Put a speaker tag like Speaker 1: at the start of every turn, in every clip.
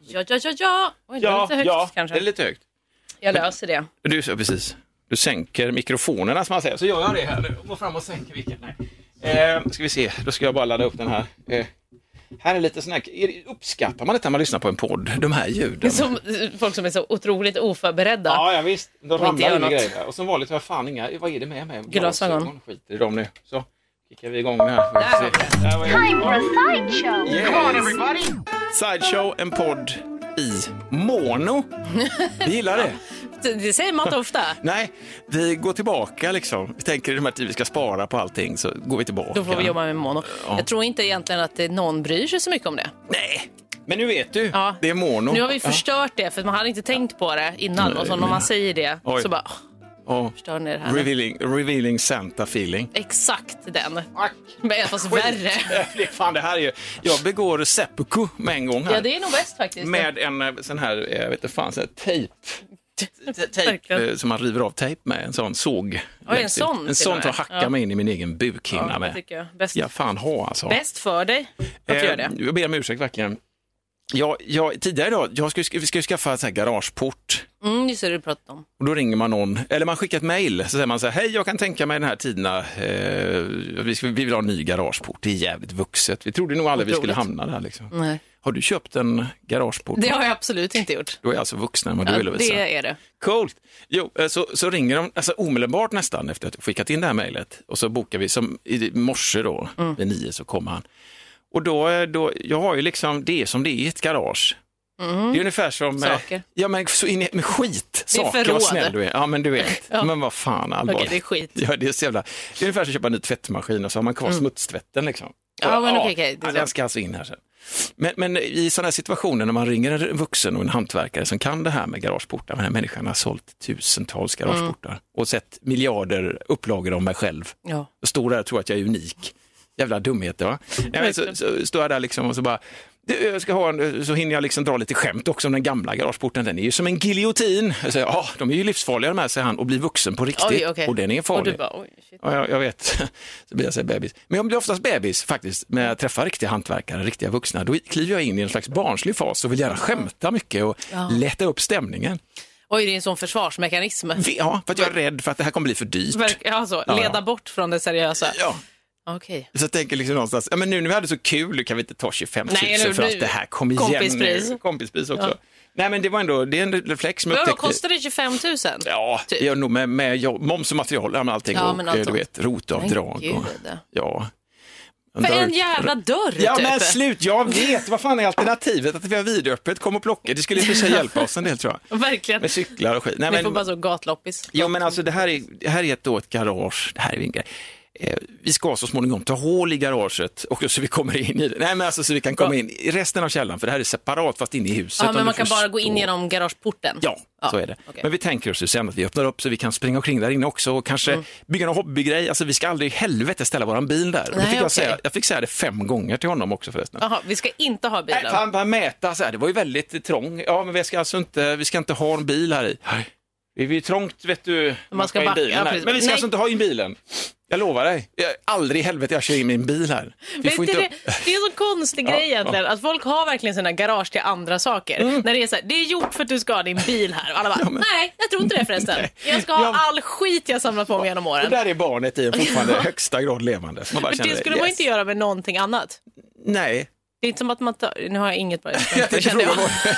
Speaker 1: Ja, ja, ja, ja. Oj, det var lite högt
Speaker 2: ja, det är
Speaker 1: kanske.
Speaker 2: lite högt.
Speaker 1: Jag löser det.
Speaker 2: Du, så- precis. Du sänker mikrofonerna som man säger. Så gör jag det här nu. Går fram och sänker vilken. Eh, ska vi se, då ska jag bara ladda upp den här. Eh, här är lite sån här, är det- uppskattar man detta när man lyssnar på en podd? De här ljuden.
Speaker 1: Som, folk som är så otroligt oförberedda.
Speaker 2: Ja, ja visst. De
Speaker 1: inte
Speaker 2: ramlar
Speaker 1: gör
Speaker 2: in i
Speaker 1: något.
Speaker 2: grejer. där. Och som vanligt har jag fan inga, vad är det med mig?
Speaker 1: Glasögon.
Speaker 2: Skiter i dem nu. Så kickar vi igång den här. Får vi se. Där var jag.
Speaker 3: Time for a sideshow.
Speaker 2: Sideshow, en podd i mono. Vi gillar det.
Speaker 1: Det- Det säger man inte ofta.
Speaker 2: Nej, vi går tillbaka liksom. Vi tänker i de här tiderna vi ska spara på allting så går vi tillbaka.
Speaker 1: Då får vi jobba med mono. Jag tror inte egentligen att det, någon bryr sig så mycket om det.
Speaker 2: Nej, men nu vet du.
Speaker 1: Ja.
Speaker 2: Det är mono.
Speaker 1: Nu har vi förstört det för man hade inte tänkt på det innan och så när man säger det
Speaker 2: Oj.
Speaker 1: så bara "Åh,
Speaker 2: Ja.
Speaker 1: förstör ni det här. nu?"
Speaker 2: Revealing, revealing Santa feeling.
Speaker 1: Exakt den. Men fast värre.
Speaker 2: Skit. Fan, det här är ju... Jag begår seppuku med en gång här.
Speaker 1: Ja, det är nog bäst faktiskt.
Speaker 2: Med en eh, sån här, eh, jag vet inte fan, sån här tejp. Te- Tejp
Speaker 1: Verkligen.
Speaker 2: eh, som man river av tejp med, en sån såg.
Speaker 1: en sån till
Speaker 2: en
Speaker 1: och
Speaker 2: sån
Speaker 1: med.
Speaker 2: för att hacka
Speaker 1: Ja.
Speaker 2: mig in i min egen bukhinna
Speaker 1: Ja, det
Speaker 2: med.
Speaker 1: tycker jag. Bäst,
Speaker 2: Ja, fan ha alltså.
Speaker 1: bäst för dig att du
Speaker 2: Eh,
Speaker 1: gör det.
Speaker 2: Jag ber om ursäkt verkligen. Jag, jag, tidigare idag, jag ska, vi ska ju skaffa en sån här garageport.
Speaker 1: Mm, just det, du pratade om.
Speaker 2: Och då ringer man någon, eller man skickar ett mejl, så säger man så här, hej jag kan tänka mig den här tiderna, eh, vi, ska, vi vill ha en ny garageport, det är jävligt vuxet. Vi trodde nog aldrig vi skulle
Speaker 1: Otroligt.
Speaker 2: hamna där. Liksom.
Speaker 1: Nej.
Speaker 2: Har du köpt en garageport?
Speaker 1: Det har jag absolut inte gjort.
Speaker 2: Då är jag alltså vuxnare än vad du
Speaker 1: Ja,
Speaker 2: är Lovisa.
Speaker 1: det är det.
Speaker 2: Coolt! Jo, eh, så, så ringer de alltså, omedelbart nästan efter att jag skickat in det här mejlet och så bokar vi, som i morse då,
Speaker 1: Mm.
Speaker 2: vid nio så kommer han. Och då, eh, då, jag har ju liksom, det är som det är i ett garage. Det är ungefär som... eh,
Speaker 1: Mm. Saker.
Speaker 2: Ja men så in i, med skit,
Speaker 1: Det är
Speaker 2: saker,
Speaker 1: förråd.
Speaker 2: vad snäll du är. Ja men du vet,
Speaker 1: Ja.
Speaker 2: men vad fan allvarligt.
Speaker 1: Okej, det är skit. Mm.
Speaker 2: Ja, det är så jävla... Det är ungefär som att köpa en ny tvättmaskin och så har man kvar smutstvätten liksom.
Speaker 1: Ja, men
Speaker 2: Ja,
Speaker 1: okej, okej, det är
Speaker 2: ja,
Speaker 1: så.
Speaker 2: den ska alltså in här sen. Men, men i sådana här situationer när man ringer en vuxen och en hantverkare som kan det här med garageportar, den här människan har sålt tusentals garageportar
Speaker 1: Mm.
Speaker 2: och sett miljarder upplagor av mig själv.
Speaker 1: Ja.
Speaker 2: Jag står där och tror att jag är unik. Jävla dumheter va? Nej, men så, så står jag där liksom och så bara, "Du, jag ska ha en, så hinner jag liksom dra lite skämt också om den gamla garageporten. Den är ju som en giljotin. Jag säger, ja, de är ju livsfarliga de här, säger han, och blir vuxen på riktigt.
Speaker 1: Oj, okej.
Speaker 2: Och den är farlig.
Speaker 1: Och du bara, oj, shit.
Speaker 2: Ja, jag, jag vet. Så blir jag så här bebis. Men jag blir oftast bebis faktiskt när jag träffar riktiga hantverkare, riktiga vuxna. Då kliver jag in i en slags barnslig fas och vill gärna skämta mycket och lätta upp stämningen.
Speaker 1: Oj, det är en sån försvarsmekanism.
Speaker 2: Ja, för att jag är rädd för att det här kommer bli för dyrt.
Speaker 1: Verk- ja, så.
Speaker 2: ja.
Speaker 1: Leda bort från det seriösa.
Speaker 2: Ja.
Speaker 1: Okej.
Speaker 2: Så jag tänker liksom någonstans, ja, men nu när vi hade så kul, nu kan vi inte ta 25 000
Speaker 1: Nej, nu-
Speaker 2: för
Speaker 1: nu-
Speaker 2: att det här, kom igen
Speaker 1: Kompispris.
Speaker 2: nu. Kompispris också. Nej, men det var ändå, det är en reflex som jag
Speaker 1: Vadå,
Speaker 2: upptäckte.
Speaker 1: kostar det 25 000?
Speaker 2: Ja,
Speaker 1: Typ.
Speaker 2: det gör nog med, med jobb, moms och material, ja, men allting
Speaker 1: Ja,
Speaker 2: och
Speaker 1: men
Speaker 2: eh,
Speaker 1: allt
Speaker 2: du
Speaker 1: sånt.
Speaker 2: vet, rotavdrag.
Speaker 1: Men
Speaker 2: och,
Speaker 1: gud.
Speaker 2: ja.
Speaker 1: För en
Speaker 2: Dörr-
Speaker 1: jävla dörr
Speaker 2: Ja
Speaker 1: typ.
Speaker 2: men slut, jag vet. Vad fan är alternativet? Att vi har vidöppet, kom och plocka. Det skulle i och för sig hjälpa oss en del tror jag.
Speaker 1: Verkligen.
Speaker 2: Med cyklar och skit. Nej,
Speaker 1: Ni får
Speaker 2: men,
Speaker 1: bara så gatloppis.
Speaker 2: ja men alltså det här är, det här är ett, då ett garage, det här är ju en grej. Eh, vi ska så småningom ta hål i garaget och så vi kommer in i det. Nej men alltså så vi kan komma in i resten av källaren för det här är separat fast inne i huset.
Speaker 1: Ja,
Speaker 2: om
Speaker 1: men
Speaker 2: du
Speaker 1: man kan bara gå in
Speaker 2: förstår.
Speaker 1: genom garageporten.
Speaker 2: Ja, så är det.
Speaker 1: okej.
Speaker 2: Men vi tänker oss ju sen att vi öppnar upp så vi kan springa omkring där inne också och kanske
Speaker 1: Mm.
Speaker 2: bygga någon hobbygrej. Alltså vi ska aldrig i helvete ställa våran bil där. Och det
Speaker 1: Nej,
Speaker 2: fick jag,
Speaker 1: okej.
Speaker 2: säga, jag fick säga det fem gånger till honom också förresten.
Speaker 1: Jaha, vi ska inte ha
Speaker 2: Nej,
Speaker 1: bilar.
Speaker 2: fan, bara mäta så här. Det var ju väldigt trång. Ja, men vi ska alltså inte, vi ska inte ha en bil här i. Det är ju trångt, vet du. när
Speaker 1: ska
Speaker 2: in
Speaker 1: backa,
Speaker 2: bilen här.
Speaker 1: precis.
Speaker 2: Men vi ska
Speaker 1: Nej.
Speaker 2: alltså inte ha in bilen. Jag lovar dig. Jag, aldrig i helvete jag kör in min bil här. Vi
Speaker 1: Men
Speaker 2: får
Speaker 1: inte
Speaker 2: inte...
Speaker 1: det, det är en sån konstig
Speaker 2: Ja, Mm.
Speaker 1: grej egentligen, att folk har verkligen sina garage till andra saker. När det är så här, det är gjort för att du ska ha din bil här. Och alla bara, nej, jag tror inte det förresten.
Speaker 2: Nej.
Speaker 1: Jag ska ha
Speaker 2: Ja.
Speaker 1: all skit jag samlat på mig genom
Speaker 2: Det
Speaker 1: åren.
Speaker 2: där är barnet i en fortfarande högsta grad levande. Så Man bara
Speaker 1: Men
Speaker 2: känner,
Speaker 1: det skulle man
Speaker 2: yes.
Speaker 1: inte göra med någonting annat.
Speaker 2: Nej.
Speaker 1: Det är inte som att man tar, nu har jag inget bara
Speaker 2: Jag
Speaker 1: jag
Speaker 2: tänkte
Speaker 1: kände
Speaker 2: fråga
Speaker 1: jag.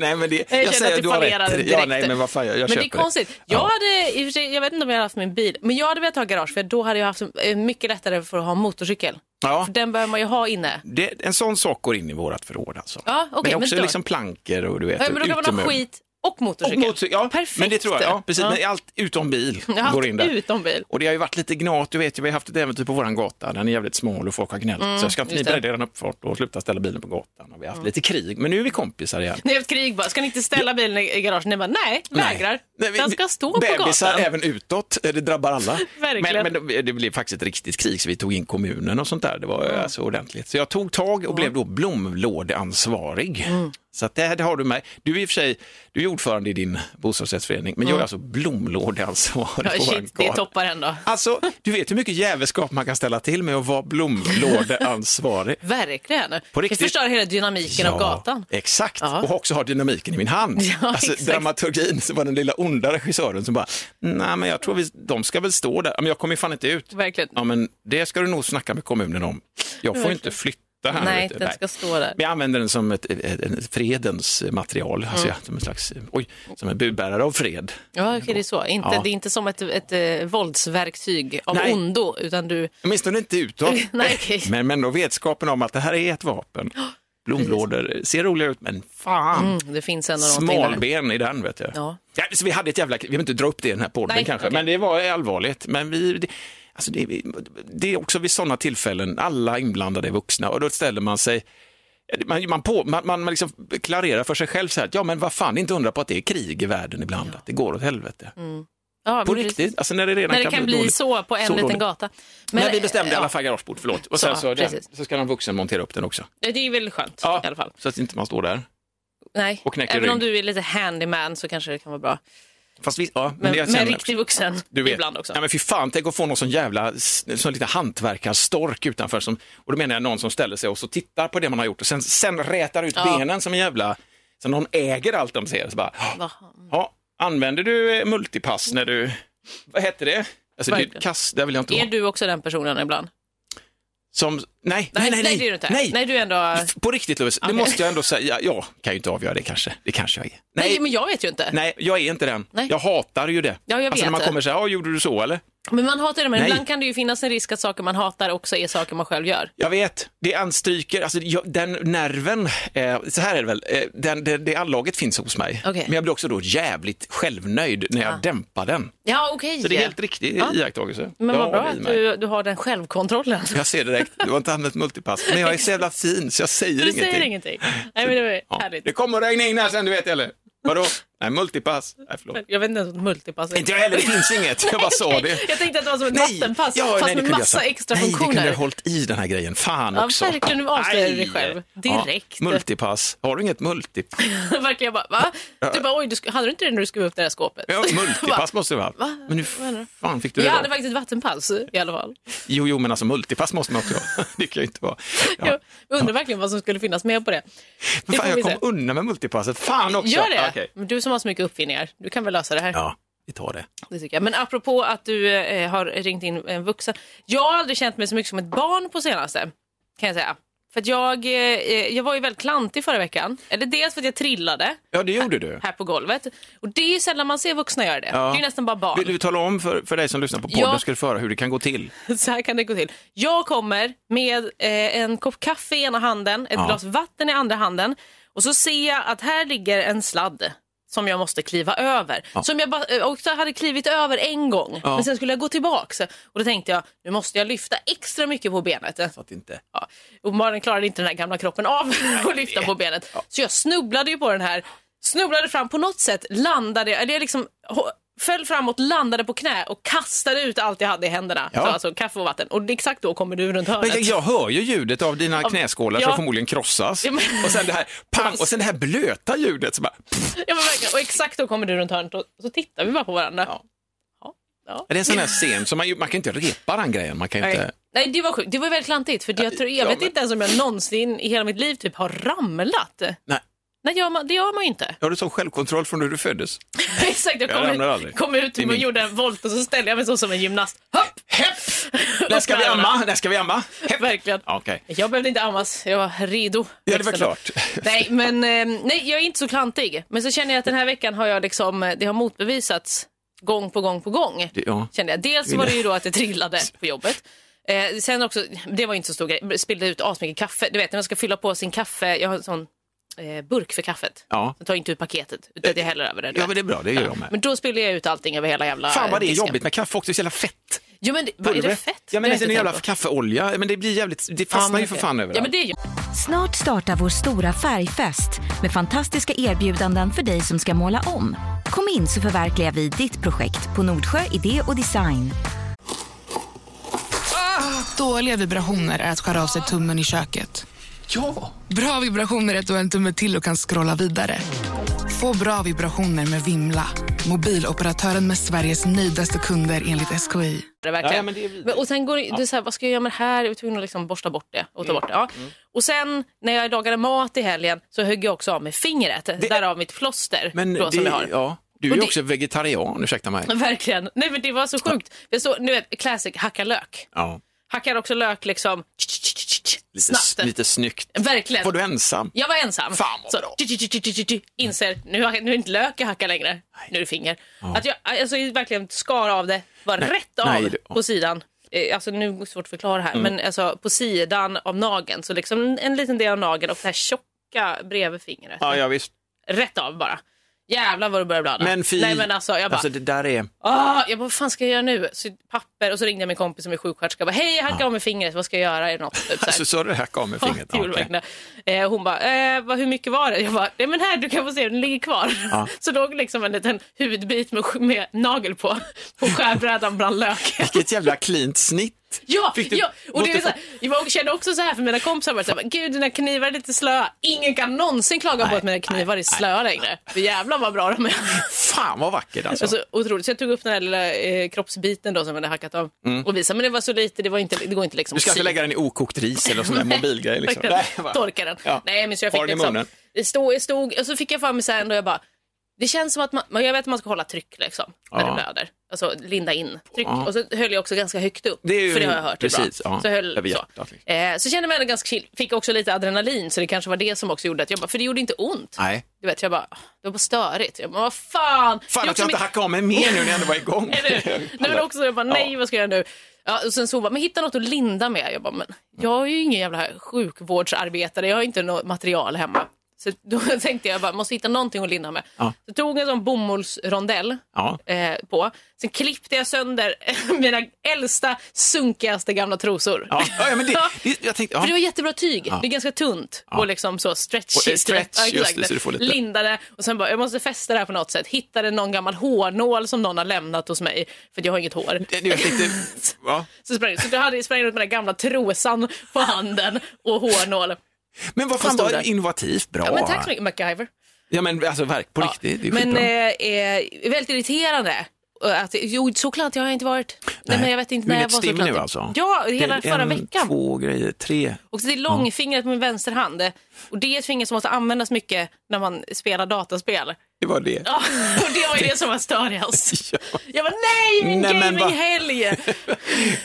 Speaker 2: Nej, men det...
Speaker 1: Jag
Speaker 2: Jag,
Speaker 1: känner
Speaker 2: säger
Speaker 1: att
Speaker 2: att
Speaker 1: det
Speaker 2: du har
Speaker 1: fallerar
Speaker 2: rätt.
Speaker 1: direkt.
Speaker 2: Ja, nej, men vad fan, jag, jag
Speaker 1: Men det
Speaker 2: köper
Speaker 1: är konstigt. Jag,
Speaker 2: Ja.
Speaker 1: hade, i och för sig, jag vet inte om jag hade haft min bil, men jag hade velat ha garage för då hade jag haft eh, mycket lättare för att ha motorcykel.
Speaker 2: Ja.
Speaker 1: För den behöver man ju ha inne.
Speaker 2: Det, en sån sak går in i vårat förråd alltså.
Speaker 1: Ja, okej,
Speaker 2: men
Speaker 1: men
Speaker 2: också
Speaker 1: då-
Speaker 2: liksom planker och du vet,
Speaker 1: Ja, men då kan man ha
Speaker 2: utemöbler.
Speaker 1: skit och
Speaker 2: Och
Speaker 1: motorcykel.
Speaker 2: motorcykel, ja,
Speaker 1: Perfekt.
Speaker 2: men det tror jag. Ja, precis, Men allt utom bil
Speaker 1: Ja,
Speaker 2: går in där.
Speaker 1: utom bil.
Speaker 2: Och det har ju varit lite gnat, du vet ju, vi har haft ett äventyr på våran gata, den är jävligt smal och folk har gnällt. så jag ska inte ni
Speaker 1: Mm, just det. Mm.
Speaker 2: bredda den uppfart och sluta ställa bilen på gatan. Och vi har haft lite krig, men nu är vi kompisar igen.
Speaker 1: Ni har haft krig bara, ska ni inte ställa bilen i i garaget? Ni bara, nej, vägrar.
Speaker 2: Nej, vi-
Speaker 1: Den ska stå på
Speaker 2: bebisar
Speaker 1: gatan.
Speaker 2: även utåt, eh, det drabbar alla.
Speaker 1: Verkligen.
Speaker 2: Men, men det blev faktiskt ett riktigt krig så vi tog in kommunen och sånt där. Det var mm. alltså ordentligt. Så jag tog tag och blev då blomlådeansvarig. Så att det här det har du med. Du är i och för sig du är ordförande i din bostadsrättsförening, men jag är alltså blomlådeansvarig
Speaker 1: Mm. Ja,
Speaker 2: på vår
Speaker 1: shit, det
Speaker 2: gata.
Speaker 1: toppar ändå.
Speaker 2: Alltså, du vet hur mycket jävelskap man kan ställa till med att vara blomlådeansvarig.
Speaker 1: Verkligen.
Speaker 2: På
Speaker 1: det
Speaker 2: riktigt.
Speaker 1: förstör hela dynamiken av gatan.
Speaker 2: Exakt,
Speaker 1: Ja.
Speaker 2: och också ha dynamiken i min hand.
Speaker 1: Ja,
Speaker 2: alltså,
Speaker 1: exakt.
Speaker 2: dramaturgin, så var den lilla onda regissören som bara, nej men jag tror vi, de ska väl stå där, men jag kommer ju fan inte ut.
Speaker 1: Verkligen.
Speaker 2: Ja men det ska du nog snacka med kommunen om. Jag får ju inte flytta här.
Speaker 1: Nej,
Speaker 2: vet du.
Speaker 1: den ska stå där.
Speaker 2: Men jag använder den som ett, ett, ett fredens material,
Speaker 1: Mm.
Speaker 2: alltså, som en slags, oj, som en budbärare av fred.
Speaker 1: Ja, okej, det är så. Inte,
Speaker 2: Ja.
Speaker 1: Det är inte som ett, ett, eh, våldsverktyg av
Speaker 2: Nej.
Speaker 1: ondo, utan du...
Speaker 2: Åtminstone inte utåt.
Speaker 1: Nej, okej.
Speaker 2: Men, men då vetskapen om att det här är ett vapen. Blomlådor ser roliga ut, men fan,
Speaker 1: Mm, det finns ändå någonting där.
Speaker 2: smalben i den vet jag.
Speaker 1: Ja.
Speaker 2: så vi hade ett jävla, vi behöver inte dra upp det i den här podden
Speaker 1: Nej,
Speaker 2: kanske,
Speaker 1: okej.
Speaker 2: men det var allvarligt. Men vi, det, alltså det, det är också vid sådana tillfällen, alla inblandade är vuxna och då ställer man sig man, man, på, man, man man liksom klarerar för sig själv så här, att, ja men vad fan, inte undra på att det är krig i världen ibland, att det går åt helvete.
Speaker 1: Ja,
Speaker 2: På
Speaker 1: men Mm, precis.
Speaker 2: riktigt, alltså när det redan
Speaker 1: När det kan bli
Speaker 2: dåligt.
Speaker 1: så på en
Speaker 2: Så
Speaker 1: liten
Speaker 2: dåligt.
Speaker 1: gata.
Speaker 2: Men,
Speaker 1: Men,
Speaker 2: vi bestämde i
Speaker 1: ja,
Speaker 2: alla fall garagebord, förlåt. Och sen
Speaker 1: Så,
Speaker 2: så, den,
Speaker 1: precis.
Speaker 2: så ska någon vuxen montera upp den också.
Speaker 1: Det är väl skönt
Speaker 2: Ja.
Speaker 1: i alla fall.
Speaker 2: Så att inte man står där.
Speaker 1: Nej.
Speaker 2: Och knäcker
Speaker 1: Även om
Speaker 2: rygg.
Speaker 1: du är lite handyman så kanske det kan vara bra.
Speaker 2: Fast vi, ja, men,
Speaker 1: Men,
Speaker 2: jag
Speaker 1: men
Speaker 2: känner-
Speaker 1: riktig vuxen
Speaker 2: du vet.
Speaker 1: ibland också.
Speaker 2: Ja, men fy fan, tänk att få någon sån jävla, sån liten hantverkarstork utanför. Som, och då menar jag någon som ställer sig och så tittar på det man har gjort och sen, sen rätar ut
Speaker 1: Ja.
Speaker 2: benen som en jävla, så någon äger allt de ser. Så bara,
Speaker 1: Va?
Speaker 2: ja, använder du eh, multipass när du, vad hette det? Alltså, det är
Speaker 1: Verkligen.
Speaker 2: ett kast, där vill jag inte
Speaker 1: Är
Speaker 2: vara.
Speaker 1: du också den personen ibland?
Speaker 2: Som, nej, nej, nej,
Speaker 1: det är du
Speaker 2: nej,
Speaker 1: inte.
Speaker 2: nej,
Speaker 1: nej du är ändå... Nej,
Speaker 2: På riktigt Lovis,
Speaker 1: Okej.
Speaker 2: det måste jag ändå säga. Jag kan ju inte avgöra det kanske. Det kanske jag är.
Speaker 1: men jag vet ju inte.
Speaker 2: Nej, jag är inte den.
Speaker 1: Nej.
Speaker 2: Jag hatar ju det.
Speaker 1: Ja, jag
Speaker 2: alltså
Speaker 1: vet
Speaker 2: när man
Speaker 1: det.
Speaker 2: kommer så här, ja, gjorde du så eller?
Speaker 1: Men man hatar det, men
Speaker 2: Nej.
Speaker 1: ibland kan det ju finnas en risk att saker man hatar också är saker man själv gör.
Speaker 2: Jag vet, det anstryker, alltså jag, den nerven, eh, så här är det väl, eh, den, det, det anlaget finns hos mig.
Speaker 1: Okej.
Speaker 2: Men jag blir också då jävligt självnöjd när jag
Speaker 1: Ah.
Speaker 2: dämpar den.
Speaker 1: Ja, okej.
Speaker 2: Så det är helt riktig
Speaker 1: Ja.
Speaker 2: iakttagelse.
Speaker 1: Men
Speaker 2: Jag
Speaker 1: vad bra
Speaker 2: har det i
Speaker 1: att
Speaker 2: mig.
Speaker 1: du, du har den självkontrollen.
Speaker 2: Jag ser direkt, du har inte använt multipass, men jag är så jävla fin så jag säger
Speaker 1: Du
Speaker 2: ingenting.
Speaker 1: säger ingenting. Nej, men det var ju
Speaker 2: Ja.
Speaker 1: härligt.
Speaker 2: Det kommer att regna in här sen, du vet eller? Vadå? Nej, multipass. Nej, förlåt.
Speaker 1: Jag vet inte ens vad multipass är.
Speaker 2: Inte jag heller, det finns inget. Jag bara sa det.
Speaker 1: Jag tänkte att det var som ett
Speaker 2: Nej.
Speaker 1: vattenpass,
Speaker 2: Ja,
Speaker 1: fast
Speaker 2: nej, det kunde
Speaker 1: med
Speaker 2: jag
Speaker 1: massa
Speaker 2: sagt.
Speaker 1: extra
Speaker 2: Nej, det
Speaker 1: funktioner.
Speaker 2: kunde jag hållit i den här grejen. Fan
Speaker 1: Ja,
Speaker 2: också.
Speaker 1: verkligen, nu avslöjar du dig
Speaker 2: Aj.
Speaker 1: själv.
Speaker 2: Ja,
Speaker 1: Direkt.
Speaker 2: multipass. Har du inget multipass?
Speaker 1: Verkligen, jag bara, va? Du bara, oj, du, sk- hade du inte det när du skrev upp det där skåpet?
Speaker 2: Ja, multipass måste det vara.
Speaker 1: Va?
Speaker 2: Men hur
Speaker 1: Vad menar du?
Speaker 2: fan fick du det
Speaker 1: Jag
Speaker 2: då?
Speaker 1: hade faktiskt ett vattenpass i alla fall.
Speaker 2: Jo, jo, men alltså multipass måste man också ha. Det kan ju inte vara. Ja.
Speaker 1: Jag undrar verkligen vad som skulle finnas med på det.
Speaker 2: Men
Speaker 1: får
Speaker 2: fan,
Speaker 1: vi
Speaker 2: jag kom
Speaker 1: se.
Speaker 2: undan med multipasset. Fan också.
Speaker 1: Gör
Speaker 2: Ja,
Speaker 1: det!
Speaker 2: okej.
Speaker 1: Men du som har så mycket uppfinningar, du kan väl lösa det här?
Speaker 2: Ja, vi tar det.
Speaker 1: Det tycker jag. Men apropå att du eh, har ringt in en vuxen. Jag har aldrig känt mig så mycket som ett barn på senaste. Kan jag säga. För att jag, eh, jag var ju väldigt klantig förra veckan. Eller dels för att jag trillade
Speaker 2: Ja, det gjorde du.
Speaker 1: här på golvet. Och det är ju sällan man ser vuxna göra det.
Speaker 2: Ja.
Speaker 1: Det är ju nästan bara barn.
Speaker 2: Vill du tala om för, för dig som lyssnar på podden,
Speaker 1: Ja.
Speaker 2: ska du föra hur det kan gå till?
Speaker 1: Så här kan det gå till. Jag kommer med eh, en kopp kaffe i ena handen, ett
Speaker 2: Ja.
Speaker 1: glas vatten i andra handen och så ser jag att här ligger en sladd som jag måste kliva över. Som jag bara, eh, och jag hade klivit över en gång, men sen skulle jag gå tillbaks. Och då tänkte jag, nu måste jag lyfta extra mycket på benet.
Speaker 2: Så att inte...
Speaker 1: Ja. Uppenbarligen klarade inte den här gamla kroppen av att lyfta på benet. Så jag snubblade ju på den här, snubblade fram på något sätt, landade, eller jag liksom ho- föll framåt, landade på knä och kastade ut allt jag hade i händerna.
Speaker 2: Ja.
Speaker 1: Så alltså kaffe och vatten. Och det- exakt då kommer du runt
Speaker 2: Men
Speaker 1: hörnet.
Speaker 2: jag, jag hör ju ljudet av dina knäskålar
Speaker 1: ja.
Speaker 2: som förmodligen krossas.
Speaker 1: Ja, men-
Speaker 2: Och sen det här pang, och sen det här blöta ljudet som bara... Pff.
Speaker 1: Ja, men verkligen. Och exakt då kommer du runt hörnet och så tittar vi bara på varandra.
Speaker 2: Ja.
Speaker 1: Ja. Ja.
Speaker 2: Är det en sån här scen som man, ju- man kan inte repa den grejen? Man kan ju inte...
Speaker 1: Nej. Nej, det var sjukt. Det var väldigt klantigt. För det- jag, tror, jag
Speaker 2: Ja,
Speaker 1: vet
Speaker 2: men-
Speaker 1: inte ens om jag någonsin i hela mitt liv typ har ramlat.
Speaker 2: Nej.
Speaker 1: Nej, gör man, det gör man ju inte.
Speaker 2: Har du sån självkontroll från hur du föddes?
Speaker 1: Exakt, jag
Speaker 2: Jag
Speaker 1: kom,
Speaker 2: ramlar
Speaker 1: ut,
Speaker 2: aldrig.
Speaker 1: kom ut
Speaker 2: Det är
Speaker 1: och
Speaker 2: min-
Speaker 1: gjorde en volt och så ställde jag mig så som en gymnast. Hopp! Hepp!
Speaker 2: När ska vi amma? När ska vi amma? Hepp.
Speaker 1: Verkligen.
Speaker 2: Ja, Okej.
Speaker 1: Jag behövde inte ammas, jag var redo.
Speaker 2: Ja, det var klart.
Speaker 1: Nej, men eh, nej, jag är inte så klantig. Men så känner jag att den här veckan har jag liksom, eh, det har motbevisats gång på gång på gång.
Speaker 2: Det- ja.
Speaker 1: Kände jag. Dels var det ju då att jag trillade på jobbet. Eh, sen också, det var ju inte så stor grej, spillde ut asmycket kaffe. Du vet när man ska fylla på sin kaffe, jag har en sån eh, burk för kaffet.
Speaker 2: Ja.
Speaker 1: Jag tar inte ut paketet, utan jag häller över det. du
Speaker 2: Ja,
Speaker 1: vet.
Speaker 2: men det är bra. Det gör jag med.
Speaker 1: Men då spiller jag ut allting över hela jävla
Speaker 2: Fan vad det är
Speaker 1: disken.
Speaker 2: jobbigt med kaffe också. Det är så jävla fett.
Speaker 1: Jo men det, vad är det fett?
Speaker 2: Ja, men
Speaker 1: Det har
Speaker 2: det är en
Speaker 1: jag inte
Speaker 2: jävla
Speaker 1: tänkt på.
Speaker 2: kaffeolja. Men det blir jävligt... Det
Speaker 1: Ja,
Speaker 2: fastnar
Speaker 1: men
Speaker 2: ju för
Speaker 1: okej.
Speaker 2: fan överallt.
Speaker 1: Ja men det är ju.
Speaker 3: Snart startar vår stora färgfest med fantastiska erbjudanden för dig som ska måla om. Kom in så förverkligar vi ditt projekt på Nordsjö Idé och Design.
Speaker 4: Dåliga vibrationer är att skära av sig tummen i köket. Ja! Bra vibrationer är ett och en tumme till och kan scrolla vidare. Få bra vibrationer med Vimla. Mobiloperatören med Sveriges nöjdaste kunder enligt SKI.
Speaker 1: Det, verkligen.
Speaker 2: Ja, Mm. men det är vidrigt.
Speaker 1: Men- och sen går det, det är så här, vad ska jag göra med det här? Jag var tvungen att liksom borsta bort det. Och, ta bort det. Ja. och sen när jag lagade mat i helgen så högg jag också av mig fingret. Därav mitt plåster
Speaker 2: Men
Speaker 1: då, som
Speaker 2: det-
Speaker 1: jag har.
Speaker 2: Ja, du är
Speaker 1: Och
Speaker 2: ju
Speaker 1: det-
Speaker 2: också vegetarian, ursäkta mig.
Speaker 1: Verkligen. Nej men det var så sjukt. Jag såg, nu vet, classic, hacka lök.
Speaker 2: Ja,
Speaker 1: Hackar också lök liksom
Speaker 2: lite, s-
Speaker 1: snabbt.
Speaker 2: lite snyggt.
Speaker 1: Verkligen.
Speaker 2: Var du ensam?
Speaker 1: Jag var ensam.
Speaker 2: Fan, vad
Speaker 1: så,
Speaker 2: bra.
Speaker 1: tju, tju, tju, tju, tju, tju, inser, nu, har- nu är det inte lök jag hackar längre. Nu är det finger. Att jag alltså, jag verkligen skar av det, var rätt av
Speaker 2: nej, det- Mm.
Speaker 1: på sidan. Eh, Alltså nu är det svårt att förklara här, men alltså på sidan av nageln. Så liksom en liten del av nageln och det här tjocka bredvid fingret.
Speaker 2: Ja, ja visst. Rätt
Speaker 1: Rätt av bara. Jävlar vad det började blöda.
Speaker 2: Men fy.
Speaker 1: Nej men alltså, jag bara,
Speaker 2: Alltså det där är...
Speaker 1: Ah, jag bara, vad fan ska jag göra nu? Så papper och så ringde jag min kompis som är sjuksköterska. Jag bara, Hej, jag hackade av mig fingret, vad ska jag göra? Är det något? Typ, så här.
Speaker 2: Alltså så du hackade av med
Speaker 1: Ja,
Speaker 2: fingret?
Speaker 1: det gjorde
Speaker 2: okej.
Speaker 1: verkligen det. eh, Hon bara, eh, vad, hur mycket var det? Jag bara, nej men här du kan få se, den ligger kvar. Så låg liksom en liten hudbit med, med nagel på, på skärbrädan bland löken.
Speaker 2: Vilket jävla cleant snitt.
Speaker 1: Ja,
Speaker 2: Fick du-
Speaker 1: ja. Och det
Speaker 2: måste
Speaker 1: är så här, jag kände också så här för mina kompisar. Bara, så här, Gud, dina knivar är lite slöa. Ingen kan någonsin klaga på att mina knivar är slöa längre. För jävlar vad bra de är.
Speaker 2: Fan vad vackert alltså.
Speaker 1: Alltså, otroligt. Så jag tog upp den här lilla eh, kroppsbiten då som jag hade hackat av och visade. Men det var så lite, det, var inte, det går inte liksom
Speaker 2: Mm. du ska
Speaker 1: att sy.
Speaker 2: inte lägga den i okokt ris eller sån där mobilgrej liksom.
Speaker 1: Verkligen.
Speaker 2: Nej, va?
Speaker 1: Torka den.
Speaker 2: Ja.
Speaker 1: Nej, men så jag
Speaker 2: Har
Speaker 1: fick
Speaker 2: den i
Speaker 1: liksom,
Speaker 2: munnen.
Speaker 1: det stod, det stod, och så fick jag för mig så här ändå, jag bara, det känns som att man, man- jag vet att man ska hålla tryck liksom, när
Speaker 2: Ja.
Speaker 1: det blöder. Alltså linda in tryck.
Speaker 2: Ja.
Speaker 1: Och så höll jag också ganska högt upp,
Speaker 2: Det är ju-
Speaker 1: för det har jag hört är
Speaker 2: precis,
Speaker 1: bra.
Speaker 2: ja.
Speaker 1: Så jag höll
Speaker 2: Över
Speaker 1: så.
Speaker 2: hjärtat, liksom.
Speaker 1: Eh, så kände jag mig ändå ganska chill. Fick också lite adrenalin, så det kanske var det som också gjorde att jag bara, för det gjorde inte ont.
Speaker 2: Nej.
Speaker 1: Du vet, jag bara, "Ah, det var bara störigt. Jag bara, vad fan. Det
Speaker 2: Fan
Speaker 1: är
Speaker 2: att
Speaker 1: också
Speaker 2: jag
Speaker 1: mitt-
Speaker 2: inte hackade av mig mer nu när jag ändå var igång.
Speaker 1: eller hur? Nej, men också, jag bara, nej vad ska jag göra nu? Ja, och sen så hon bara, men hitta något att linda med. Jag bara, men jag är ju ingen jävla sjukvårdsarbetare, jag har inte något material hemma. Så då tänkte jag bara, måste hitta någonting att linda med.
Speaker 2: Ja.
Speaker 1: Så tog jag en sån bomullsrondell
Speaker 2: Ja.
Speaker 1: eh, på. Sen klippte jag sönder mina äldsta, sunkigaste gamla trosor.
Speaker 2: Ja, ja, men det, det, jag tänkte,
Speaker 1: För det
Speaker 2: ja.
Speaker 1: var jättebra tyg. Det är ganska tunt och liksom så stretchigt.
Speaker 2: Och, eh, stretch,
Speaker 1: Ja,
Speaker 2: just det, så du får lite-
Speaker 1: Lindade och sen bara, jag måste fästa det här på något sätt. Hittade någon gammal hårnål som någon har lämnat hos mig, för att jag har inget hår.
Speaker 2: Det- det- jag tänkte, ja.
Speaker 1: Så sprang jag så jag hade sprang runt med den här gamla trosan
Speaker 2: Ah.
Speaker 1: på handen och hårnål.
Speaker 2: Men vad
Speaker 1: Och
Speaker 2: fan
Speaker 1: stod
Speaker 2: var
Speaker 1: där.
Speaker 2: innovativt bra.
Speaker 1: Ja, men tack så mycket, MacGyver.
Speaker 2: Ja, men alltså verk, på riktigt, det är
Speaker 1: men
Speaker 2: skitbra.
Speaker 1: eh, eh, väldigt irriterande. Eh, Att, jo, så klantig har jag inte varit. Nej, men jag vet inte
Speaker 2: Du är
Speaker 1: när jag
Speaker 2: lite
Speaker 1: var så
Speaker 2: stim
Speaker 1: klantig.
Speaker 2: nu alltså?
Speaker 1: Ja, hela
Speaker 2: Det är
Speaker 1: förra
Speaker 2: en,
Speaker 1: veckan.
Speaker 2: två grejer, tre.
Speaker 1: Och det är långfingret med vänster hand. eh, Och det är ett finger som måste användas mycket när man spelar dataspel.
Speaker 2: Det var det.
Speaker 1: Ja, och det var ju det som var störigast.
Speaker 2: Ja.
Speaker 1: Jag var nej, min
Speaker 2: Nej, men vad-
Speaker 1: gaminghelg!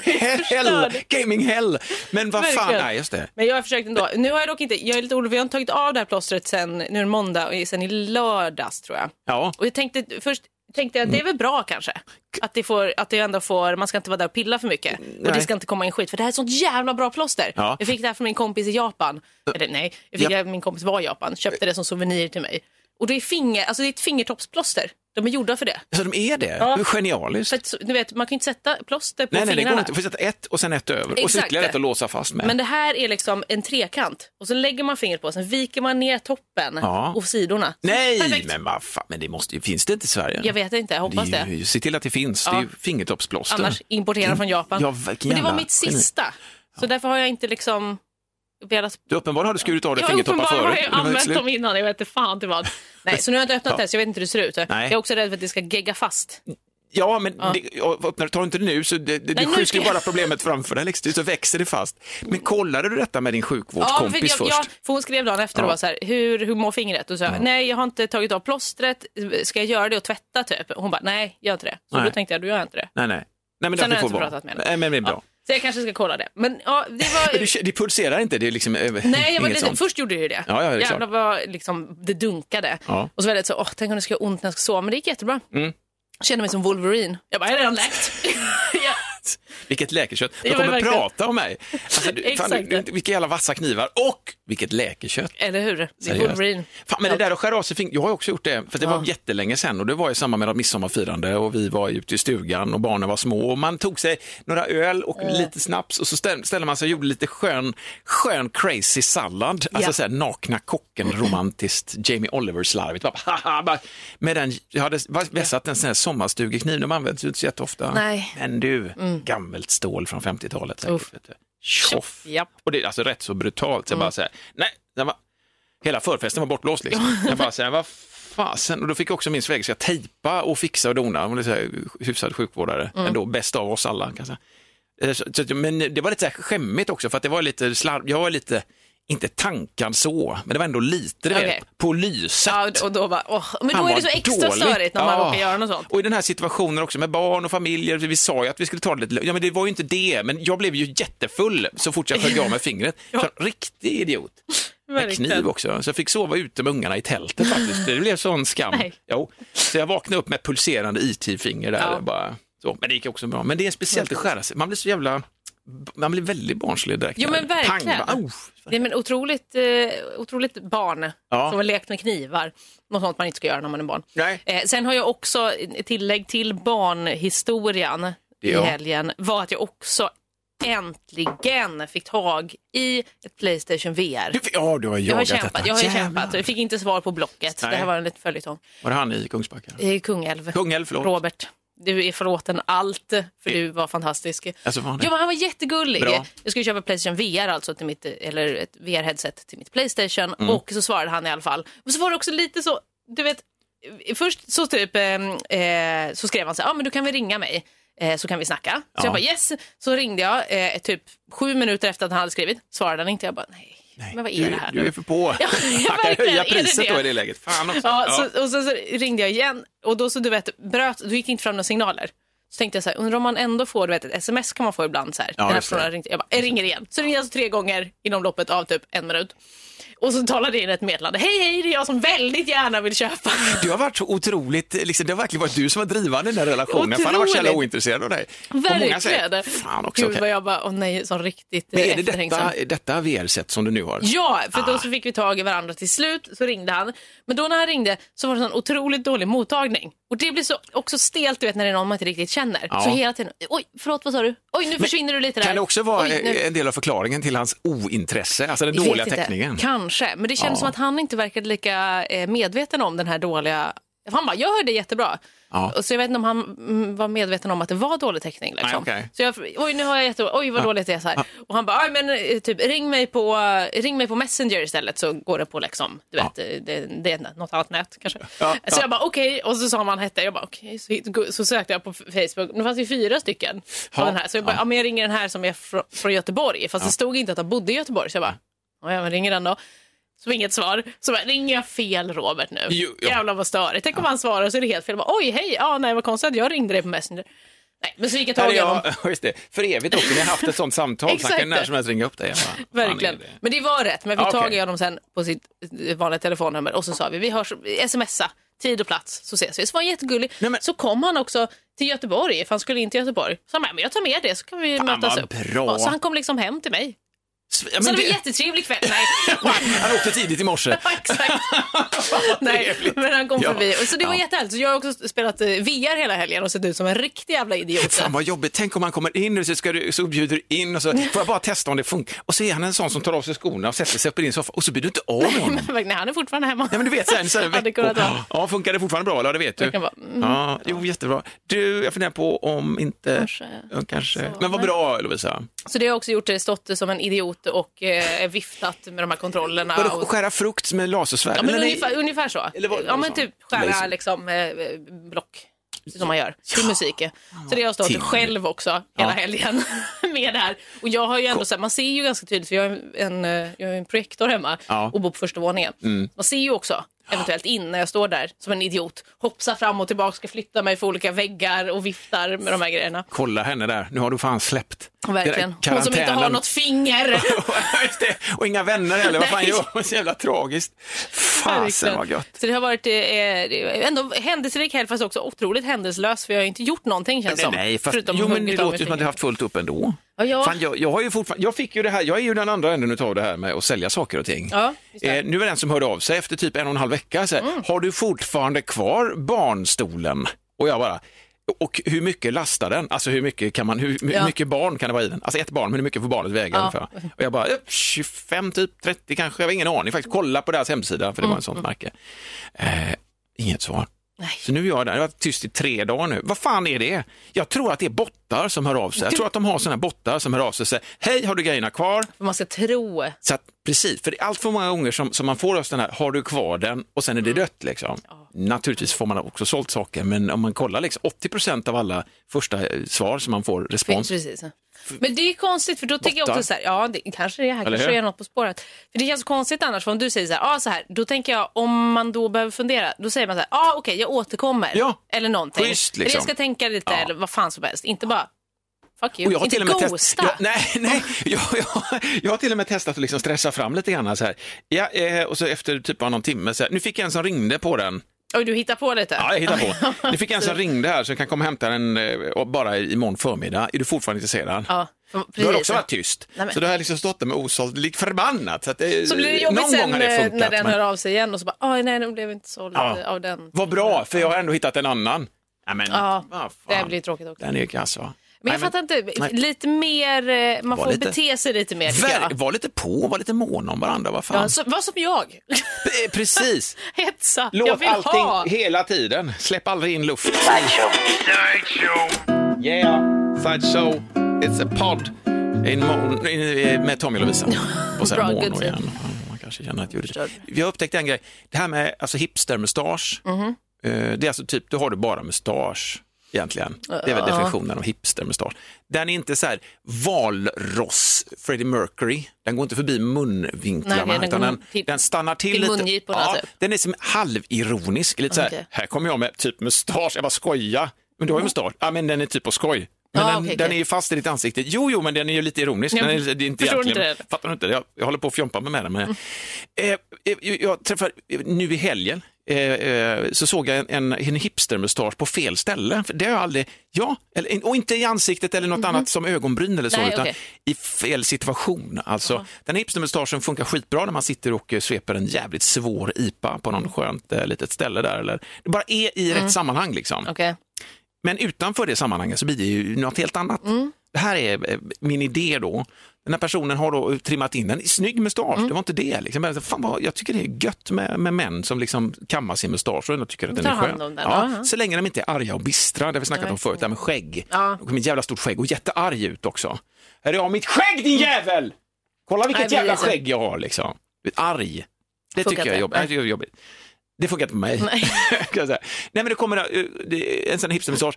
Speaker 2: Hell,
Speaker 1: Förstörd.
Speaker 2: gaming hell. Men vad fan,
Speaker 1: Verkligen.
Speaker 2: nej just det.
Speaker 1: Men jag har försökt ändå. Nu har jag dock inte, jag är lite orolig, för jag har inte tagit av det här plåstret sen, nu är det måndag, och sen i lördags tror jag.
Speaker 2: Ja,
Speaker 1: Och jag tänkte först, tänkte jag att det är väl bra kanske. Att det, får, att det ändå får, man ska inte vara där och pilla för mycket. Och det ska inte komma in skit, för det här är ett sånt jävla bra plåster.
Speaker 2: Ja.
Speaker 1: Jag fick det här från min kompis i Japan. Eller nej, jag fick
Speaker 2: Ja.
Speaker 1: det här, min kompis var i Japan, köpte det som souvenir till mig. Och det är, finger, alltså det är ett fingertoppsplåster. De är gjorda för det.
Speaker 2: så de är det. Det är genialiskt.
Speaker 1: För att, så- du vet, man kan ju inte sätta plåster på
Speaker 2: nej, nej, det
Speaker 1: fingrarna.
Speaker 2: går inte. Du får sätta ett och sen ett över och så
Speaker 1: Exakt.
Speaker 2: ytterligare ett att låsa fast med.
Speaker 1: Men det här är liksom en trekant och så lägger man fingret på sen viker man ner toppen
Speaker 2: Ja.
Speaker 1: och sidorna. Så
Speaker 2: nej,
Speaker 1: perfekt.
Speaker 2: men vad fan, men det måste ju, finns det inte i Sverige?
Speaker 1: Jag vet inte, jag hoppas
Speaker 2: det
Speaker 1: det.
Speaker 2: är ju, Se till att det finns, det är ju fingertoppsplåster.
Speaker 1: Annars importera från Japan.
Speaker 2: Ja, vilken
Speaker 1: Men det var
Speaker 2: jävla
Speaker 1: mitt
Speaker 2: geni.
Speaker 1: sista, så därför har jag inte liksom velat
Speaker 2: Du uppenbarligen har du skurit av dig
Speaker 1: jag
Speaker 2: fingertoppar
Speaker 1: uppenbarligen
Speaker 2: förut.
Speaker 1: har jag
Speaker 2: men det var
Speaker 1: använt
Speaker 2: slut.
Speaker 1: dem innan, jag vet inte fan till vad. Nej, så nu har jag inte öppnat det, så jag vet inte hur det ser ut.
Speaker 2: Nej.
Speaker 1: Jag är också rädd för att det ska gegga fast.
Speaker 2: Ja, men det, och öppnar, tar du inte det nu så det,
Speaker 1: Nej,
Speaker 2: det, du
Speaker 1: nu
Speaker 2: skjuter
Speaker 1: ska
Speaker 2: ju
Speaker 1: jag-
Speaker 2: bara problemet framför dig, liksom, så växer det fast. Men kollade du detta med din
Speaker 1: Ja,
Speaker 2: sjukvårdskompis
Speaker 1: för, jag,
Speaker 2: först?
Speaker 1: jag, för hon skrev dagen efter och var så här, hur, hur mår fingret? Och så, nej jag har inte tagit av plåstret, ska jag göra det och tvätta typ? Och hon bara, nej gör inte det. Så
Speaker 2: Nej.
Speaker 1: då tänkte jag, då gör jag inte det.
Speaker 2: Nej, nej. nej men
Speaker 1: Sen
Speaker 2: det
Speaker 1: har
Speaker 2: får
Speaker 1: jag inte
Speaker 2: vara.
Speaker 1: pratat med henne.
Speaker 2: Nej, men det är bra.
Speaker 1: Så jag kanske ska kolla det. Men ja, det var...
Speaker 2: Men du, det pulserar inte, det är liksom eh,
Speaker 1: Nej, jag var
Speaker 2: inget
Speaker 1: lite,
Speaker 2: sånt.
Speaker 1: först gjorde det ju det.
Speaker 2: Ja, ja, det är klart.
Speaker 1: Jävlar vad liksom, det dunkade.
Speaker 2: Ja. Mm.
Speaker 1: Och så var det så, åh, tänk om det ska göra ont när jag ska sova. Men det gick jättebra. Kände mig som Wolverine. Jag bara, jag har redan läkt. ja.
Speaker 2: Vilket läkekött. De
Speaker 1: Ja, men
Speaker 2: kommer
Speaker 1: verkligen.
Speaker 2: prata om mig. Alltså, du, fan,
Speaker 1: Exakt.
Speaker 2: du, du, vilka jävla vassa knivar och vilket läkekött.
Speaker 1: Eller hur? Det är
Speaker 2: Seriöst.
Speaker 1: Wolverine.
Speaker 2: Fan, men det där att skära av sig fingret, jag har också gjort det, för det var jättelänge sedan och det var i samband med något midsommarfirande och vi var ute i stugan och barnen var små och man tog sig några öl och lite snaps och så ställ- ställde man sig och gjorde lite skön, skön crazy sallad, alltså
Speaker 1: Ja.
Speaker 2: så här nakna kocken romantiskt, Jamie Oliver-slarvigt. Bara, haha, bara, Med den, jag hade vässat en sån här sommarstugekniv, de används ju inte så jätteofta.
Speaker 1: Nej. Mm.
Speaker 2: Men du, gammalt stål från 50-talet säkert.
Speaker 1: Uff.
Speaker 2: Vet du. Tjoff!
Speaker 1: Japp. Mm.
Speaker 2: Och det är alltså rätt så brutalt. Så jag bara så här, nej, den var, hela förfesten var bortblåst liksom. Jag bara så här, vad fasen? Och då fick också min svägerska tejpa och fixa och dona. Hon är så här, hyfsad sjukvårdare,
Speaker 1: Mm.
Speaker 2: ändå bäst av oss alla. Kan jag säga. Eh, Så, så, att- men det var lite så här skämmigt också för att det var lite slarv, jag var lite, inte tankad så, men det var ändå lite du
Speaker 1: Okej.
Speaker 2: vet, på lyset.
Speaker 1: Ja, och då bara, åh. Men då
Speaker 2: Han
Speaker 1: är det
Speaker 2: var
Speaker 1: så extra
Speaker 2: dålig.
Speaker 1: störigt när man
Speaker 2: Ja.
Speaker 1: råkar göra något sånt.
Speaker 2: Och i den här situationen också med barn och familjer, vi sa ju att vi skulle ta det lite lugnt. Ja, men det var ju inte det, men jag blev ju jättefull så fort jag högg av med fingret. Så, en riktig idiot. Med
Speaker 1: Verkligen.
Speaker 2: kniv också, så jag fick sova ute med ungarna i tältet faktiskt. Det blev sån skam.
Speaker 1: Nej.
Speaker 2: Jo. Så jag vaknade upp med pulserande IT-finger där.
Speaker 1: Ja.
Speaker 2: Bara, så. Men det gick också bra. Men det är speciellt att skära sig. Man blir så jävla... Man blir väldigt barnslig direkt.
Speaker 1: Jo, men verkligen.
Speaker 2: Pang, bara, "Au."
Speaker 1: Det är men otroligt, eh, otroligt barn
Speaker 2: Ja.
Speaker 1: som har lekt med knivar. Något sånt man inte ska göra när man är barn.
Speaker 2: Nej.
Speaker 1: Eh, sen har jag också ett tillägg till barnhistorian i
Speaker 2: Ja.
Speaker 1: helgen var att jag också äntligen fick tag i ett Playstation VR.
Speaker 2: Du- Ja, du har jagat
Speaker 1: jag har kämpat,
Speaker 2: detta.
Speaker 1: jag har ju
Speaker 2: Jävlar.
Speaker 1: kämpat. typ. Jag fick inte svar på Blocket.
Speaker 2: Nej.
Speaker 1: Det här var en liten följetong.
Speaker 2: Var det han i Kungsbacka?
Speaker 1: Eh, Kungälv.
Speaker 2: Kungälv, förlåt.
Speaker 1: Robert, du är förlåten allt för du var fantastisk.
Speaker 2: Alltså, vad var det?
Speaker 1: Ja, men han var jättegullig.
Speaker 2: Bra.
Speaker 1: Jag skulle köpa Playstation VR, alltså till mitt, eller ett VR-headset till mitt Playstation
Speaker 2: Mm.
Speaker 1: och så svarade han i alla fall. Men så var det också lite så, du vet, först så typ ehm, eh, så skrev han så här, ah, men du kan väl ringa mig eh, så kan vi snacka. Så
Speaker 2: Ja.
Speaker 1: jag bara yes, så ringde jag eh, typ sju minuter efter att han hade skrivit, svarade han inte. Jag bara nej, men vad är
Speaker 2: du,
Speaker 1: det här
Speaker 2: Du
Speaker 1: nu?
Speaker 2: är för på.
Speaker 1: Ja,
Speaker 2: Man kan
Speaker 1: verkligen,
Speaker 2: höja
Speaker 1: är det
Speaker 2: priset
Speaker 1: det?
Speaker 2: då i det läget. Fan också.
Speaker 1: Ja, Så, och sen så ringde jag igen och då så du vet, bröt, då gick det inte fram några signaler. Så tänkte jag så här, undrar om man ändå får, du vet ett sms kan man få ibland så här. den här
Speaker 2: just det.
Speaker 1: personen har ringt, jag bara, jag ringer igen. Så ringde jag alltså tre gånger inom loppet av typ en minut. Och så talade jag in ett meddelande, hej hej det är jag som väldigt gärna vill köpa.
Speaker 2: Du har varit så otroligt, liksom, det har verkligen varit du som har drivande i den här relationen. För han har varit så jävla
Speaker 1: Otroligt.
Speaker 2: ointresserad av dig. På många
Speaker 1: Verkligen.
Speaker 2: sätt. Fan också.
Speaker 1: Gud
Speaker 2: okej.
Speaker 1: vad jag bara, åh nej, som riktigt
Speaker 2: Men
Speaker 1: eh,
Speaker 2: är det
Speaker 1: efterhängsam.
Speaker 2: detta, detta VR-sätt som du nu har?
Speaker 1: Ja, för
Speaker 2: Ah.
Speaker 1: då så fick vi tag i varandra till slut, så ringde han. Men då när han ringde så var det en sån otroligt dålig mottagning. Och det blir så, också stelt du vet när det är någon man inte riktigt känner.
Speaker 2: Ja.
Speaker 1: Så hela tiden, oj förlåt vad sa du? Oj nu försvinner du lite där.
Speaker 2: Kan det också vara
Speaker 1: Oj, nu-
Speaker 2: eh, en del av förklaringen till hans ointresse, alltså den
Speaker 1: Jag vet
Speaker 2: dåliga
Speaker 1: inte.
Speaker 2: täckningen?
Speaker 1: Kanske, men det kändes
Speaker 2: Ja.
Speaker 1: som att han inte verkade lika eh, medveten om den här dåliga... Han bara, jag hörde jättebra.
Speaker 2: Ja.
Speaker 1: Och så jag vet inte om han mm, var medveten om att det var dålig täckning. Liksom.
Speaker 2: Nej, okej.
Speaker 1: Så jag, oj, nu har jag jätte... Oj, vad dåligt det är så här. Och han bara, "Aj, men eh, typ, ring, mig på, ring mig på Messenger istället så går det på liksom, du vet, eh, det, det är något annat nät kanske. Så jag bara, okej, och så sa man vad han hette. Jag bara, okej, så, hit- så sökte jag på Facebook. Nu fanns det ju fyra stycken
Speaker 2: Ja.
Speaker 1: av den här. Så jag bara, ja. men jag ringer den här som är fr- från Göteborg. Fast det stod inte att han bodde i Göteborg. Så jag bara, Ja, men ringer den då. Så inget svar. Så bara, ringer jag fel Robert nu?
Speaker 2: Jo, ja.
Speaker 1: Jävlar vad störigt. Tänk om han svarar så är det helt fel. Jag Bara, Oj, hej, ja, nej vad konstigt att jag ringde dig på Messenger. Nej, men så gick jag
Speaker 2: Här
Speaker 1: tag
Speaker 2: är
Speaker 1: i honom.
Speaker 2: jag, just det. För evigt också, ni har haft ett sånt samtal, så han
Speaker 1: Exakt.
Speaker 2: kan när som helst ringa upp dig. Jag bara, "Fan, är
Speaker 1: Verkligen.
Speaker 2: det-
Speaker 1: Men det var rätt. Men jag
Speaker 2: Ja,
Speaker 1: fick tag
Speaker 2: okej.
Speaker 1: i honom sen på sitt eh, vanliga telefonnummer och så sa vi, vi hörs, smsa, tid och plats, så ses vi. Så var han jättegullig.
Speaker 2: Nej, men-
Speaker 1: Så kom han också till Göteborg, för han skulle in till Göteborg. Så han bara, men jag tar med det så kan vi mötas
Speaker 2: vad
Speaker 1: upp.
Speaker 2: bra.
Speaker 1: Ja, så han kom liksom hem till mig.
Speaker 2: Ja,
Speaker 1: Så
Speaker 2: men
Speaker 1: det var en
Speaker 2: det-
Speaker 1: jättetrevlig kväll. Nej.
Speaker 2: Han åkte tidigt i morse.
Speaker 1: Ja, Exakt. Nej,
Speaker 2: Trevligt.
Speaker 1: men han kom
Speaker 2: Ja.
Speaker 1: förbi. Och Så det var
Speaker 2: Ja.
Speaker 1: jättehärligt. Så jag har också spelat eh, VR hela helgen och sett ut som en riktig jävla idiot.
Speaker 2: Fan vad jobbigt, tänk om han kommer in och så, ska du, så bjuder du in och så får jag bara testa om det funkar. Och så är han en sån som tar av sig skorna och sätter sig upp i din soffa och så blir du inte av med honom.
Speaker 1: Men Nej, han är fortfarande hemma.
Speaker 2: Ja men du vet sen, så här
Speaker 1: Hade kunnat
Speaker 2: veckor.
Speaker 1: vara.
Speaker 2: Ja, funkar det fortfarande bra? Ja det vet du.
Speaker 1: Verkligen bara, mm,
Speaker 2: Ja, jo jättebra. Du, jag funderar på om inte...
Speaker 1: Kanske.
Speaker 2: Ja, kanske.
Speaker 1: Så,
Speaker 2: men vad
Speaker 1: men-
Speaker 2: bra Lovisa.
Speaker 1: Så det har jag också gjort, eh, stått som en idiot och eh, viftat med de här kontrollerna.
Speaker 2: Var det
Speaker 1: och...
Speaker 2: skära frukt med lasersvärd?
Speaker 1: Ja, men
Speaker 2: Eller nej,
Speaker 1: ungefär, ungefär så.
Speaker 2: Eller vad-
Speaker 1: ja, men typ skära
Speaker 2: Laser.
Speaker 1: liksom, eh, block som man gör till musik. Så det har jag
Speaker 2: Till-
Speaker 1: stått själv också hela helgen med det här. Och jag har ju ändå, så här, man ser ju ganska tydligt, för jag har en- en, eh, jag har en projektor hemma
Speaker 2: Ja. Mm.
Speaker 1: och bor på första våningen. Man ser ju också eventuellt in när jag står där som en idiot, hoppsar fram och tillbaka, ska flytta mig för olika väggar och viftar med de här grejerna.
Speaker 2: Kolla henne där, nu har du fan släppt.
Speaker 1: Verkligen.
Speaker 2: Den där
Speaker 1: Hon som inte har
Speaker 2: karantänen.
Speaker 1: något finger.
Speaker 2: Just det. Och inga vänner heller, vad fan
Speaker 1: Nej.
Speaker 2: gör hon? Så jävla tragiskt. Fasen
Speaker 1: Verkligen.
Speaker 2: vad gött.
Speaker 1: Så det har varit eh, ändå händelserik helg fast också otroligt händelselös för jag har inte gjort någonting känns
Speaker 2: Nej,
Speaker 1: som.
Speaker 2: nej fast,
Speaker 1: förutom
Speaker 2: jo, men
Speaker 1: huggit
Speaker 2: det
Speaker 1: av
Speaker 2: låter
Speaker 1: mig
Speaker 2: ju som att
Speaker 1: fingret.
Speaker 2: du har haft fullt upp ändå.
Speaker 1: Ja, ja.
Speaker 2: Fan, jag, jag, har ju fortfarande, jag fick ju det här, jag är ju den andra änden utav det här med att sälja saker och ting.
Speaker 1: Ja, just det. Mm.
Speaker 2: eh, nu är den som hörde av sig efter typ en och en halv vecka, så här, har du fortfarande kvar barnstolen? Och jag bara, och hur mycket lastar den? Alltså hur mycket, kan man, hur my-
Speaker 1: Ja.
Speaker 2: mycket barn kan det vara i den? Alltså ett barn, men hur mycket får barnet väga ungefär? Och jag bara, eh, 25 typ, 30 kanske, jag har ingen aning faktiskt. Kolla på deras hemsida, för det var en sån märke. Eh, inget svar. Så nu är jag där, jag har varit tyst i tre dagar nu. Vad fan är det? Jag tror att det är bottar som hör av sig. Jag tror att de har sådana bottar som hör av sig och säger, hej har du grejerna kvar?
Speaker 1: För man ska tro.
Speaker 2: Så att, precis, för det är allt för många gånger som, som man får rösten här, har du kvar den? Och sen är det dött liksom. Naturligtvis får man också sålt saker, men om man kollar liksom, 80 av alla första eh, svar som man får respons.
Speaker 1: Precis. Men det är ju konstigt för då tänker jag
Speaker 2: Bottar.
Speaker 1: också så här, ja det kanske det är här,
Speaker 2: Eller
Speaker 1: kanske det
Speaker 2: hur?
Speaker 1: är något på spåret. För det känns så konstigt annars för om du säger så här, ja så här, då tänker jag om man då behöver fundera, då säger man så här, ja okej jag återkommer.
Speaker 2: Ja.
Speaker 1: Eller någonting.
Speaker 2: Schysst,
Speaker 1: Eller
Speaker 2: liksom.
Speaker 1: jag ska tänka lite
Speaker 2: Ja.
Speaker 1: eller vad fan som helst, inte bara fuck you,
Speaker 2: Och jag har
Speaker 1: inte
Speaker 2: till och med test-
Speaker 1: ghosta.
Speaker 2: Jag, nej, nej. Jag, jag, jag har till och med testat att liksom stressa fram lite grann. Så här. Ja, eh, och så efter typ bara någon timme, så här, nu fick jag en som ringde på den.
Speaker 1: Oj, du hittar på lite.
Speaker 2: Ja, jag hittar på. Nu fick jag en som ringde här som kan komma och hämta den eh, och bara imorgon förmiddag. Är du fortfarande intresserad?
Speaker 1: Ja, för-
Speaker 2: Du har
Speaker 1: precis.
Speaker 2: också varit typ tyst.
Speaker 1: Nej, men-
Speaker 2: så du har jag liksom stått där med osåld, lik förbannat. Så, att det,
Speaker 1: Så blir det jobbigt
Speaker 2: någon
Speaker 1: sen
Speaker 2: gång har det
Speaker 1: eh,
Speaker 2: funkat.
Speaker 1: när den
Speaker 2: men-
Speaker 1: hör av sig igen och så bara, oj nej den blev inte såld
Speaker 2: Ja.
Speaker 1: av den.
Speaker 2: Vad bra, för jag har ändå hittat en annan. Ja, men,
Speaker 1: Ja,
Speaker 2: vad
Speaker 1: det
Speaker 2: fan.
Speaker 1: blir ju tråkigt också.
Speaker 2: Den är ju kass va?
Speaker 1: Men jag
Speaker 2: Nej,
Speaker 1: fattar inte,
Speaker 2: nej.
Speaker 1: lite mer, eh, man
Speaker 2: Var
Speaker 1: får
Speaker 2: lite-
Speaker 1: bete sig lite mer tycker
Speaker 2: Ver-
Speaker 1: jag.
Speaker 2: var lite på, var lite mån om varandra, vad fan.
Speaker 1: Ja, så, vad som jag.
Speaker 2: P- Eh, Precis.
Speaker 1: Hetsa. jag
Speaker 2: Låt
Speaker 1: vill
Speaker 2: allting
Speaker 1: ha.
Speaker 2: hela tiden. Släpp aldrig in luft. Yeah, sideshow. It's a pod. In mon- in, eh, med Tommy och Lovisa. Och sen
Speaker 1: Bra,
Speaker 2: mono
Speaker 1: good
Speaker 2: igen. Man kanske känner att ljudet... Vi har upptäckt en grej. Det här med alltså, hipstermustasch.
Speaker 1: Mhm.
Speaker 2: Eh, Det är alltså typ, då har du bara mustasch egentligen. Det är väl definitionen av hipstermustasch. Den är inte så här valross Freddie Mercury. Den går inte förbi munvinklarna.
Speaker 1: Nej, den
Speaker 2: utan
Speaker 1: går
Speaker 2: den,
Speaker 1: till-
Speaker 2: den stannar till,
Speaker 1: till
Speaker 2: lite.
Speaker 1: mungiporna,
Speaker 2: ja,
Speaker 1: typ.
Speaker 2: Den är som halvironisk. Lite så här,
Speaker 1: Okej. Mm.
Speaker 2: här kommer jag med typ mustasch. Jag bara skoja. Men du har ju mustasch. Ja, men den är typ på skoj. Men
Speaker 1: Ja,
Speaker 2: den,
Speaker 1: okej,
Speaker 2: den
Speaker 1: okej.
Speaker 2: är ju fast i ditt ansikte. Jo, jo, men den är ju lite ironisk.
Speaker 1: Jag
Speaker 2: den är, det är inte
Speaker 1: förstår
Speaker 2: egentligen.
Speaker 1: inte det. Mm.
Speaker 2: Fattar du inte? Jag, jag håller på att fjompa mig med den. Men... Eh, eh, jag träffade, eh, nu i helgen eh, eh, så såg jag en, en, en hipstermustasch på fel ställe. För det har jag aldrig, ja, eller, och inte i ansiktet eller något annat som ögonbryn eller så,
Speaker 1: Mhm. Nej,
Speaker 2: utan
Speaker 1: okej.
Speaker 2: i fel situation. Alltså, Den här hipstermustaschen funkar skitbra när man sitter och eh, sveper en jävligt svår IPA på någon skönt eh, litet ställe där. Eller, det bara är i rätt sammanhang liksom.
Speaker 1: Okej.
Speaker 2: Men utanför det sammanhanget så blir det ju något helt annat.
Speaker 1: Mm.
Speaker 2: Det här är eh, min idé då. Den här personen har då trimmat in en snygg mustasch,
Speaker 1: Mm.
Speaker 2: det var inte det. Liksom. Men Fan vad, jag tycker det är gött med, med män som liksom kammar sin mustasch och ändå tycker att den
Speaker 1: Tar
Speaker 2: är skön.
Speaker 1: hand om den, aha.
Speaker 2: ja, så länge de inte är arga och bistra, det har vi snackat om förut, det här med skägg.
Speaker 1: Ja.
Speaker 2: De kommer ett jävla stort skägg och jättearg ut också. Här är jag mitt skägg din jävel! Kolla vilket
Speaker 1: Nej, men
Speaker 2: jävla
Speaker 1: det är så.
Speaker 2: skägg jag har liksom. Arg. Det
Speaker 1: Funkar
Speaker 2: tycker jag är
Speaker 1: inte.
Speaker 2: jobbigt. Nej, det är jobbigt. Det funkar inte på mig.
Speaker 1: Nej.
Speaker 2: kan jag säga. Nej men det kommer eh, det är en sån här hipstermustasch.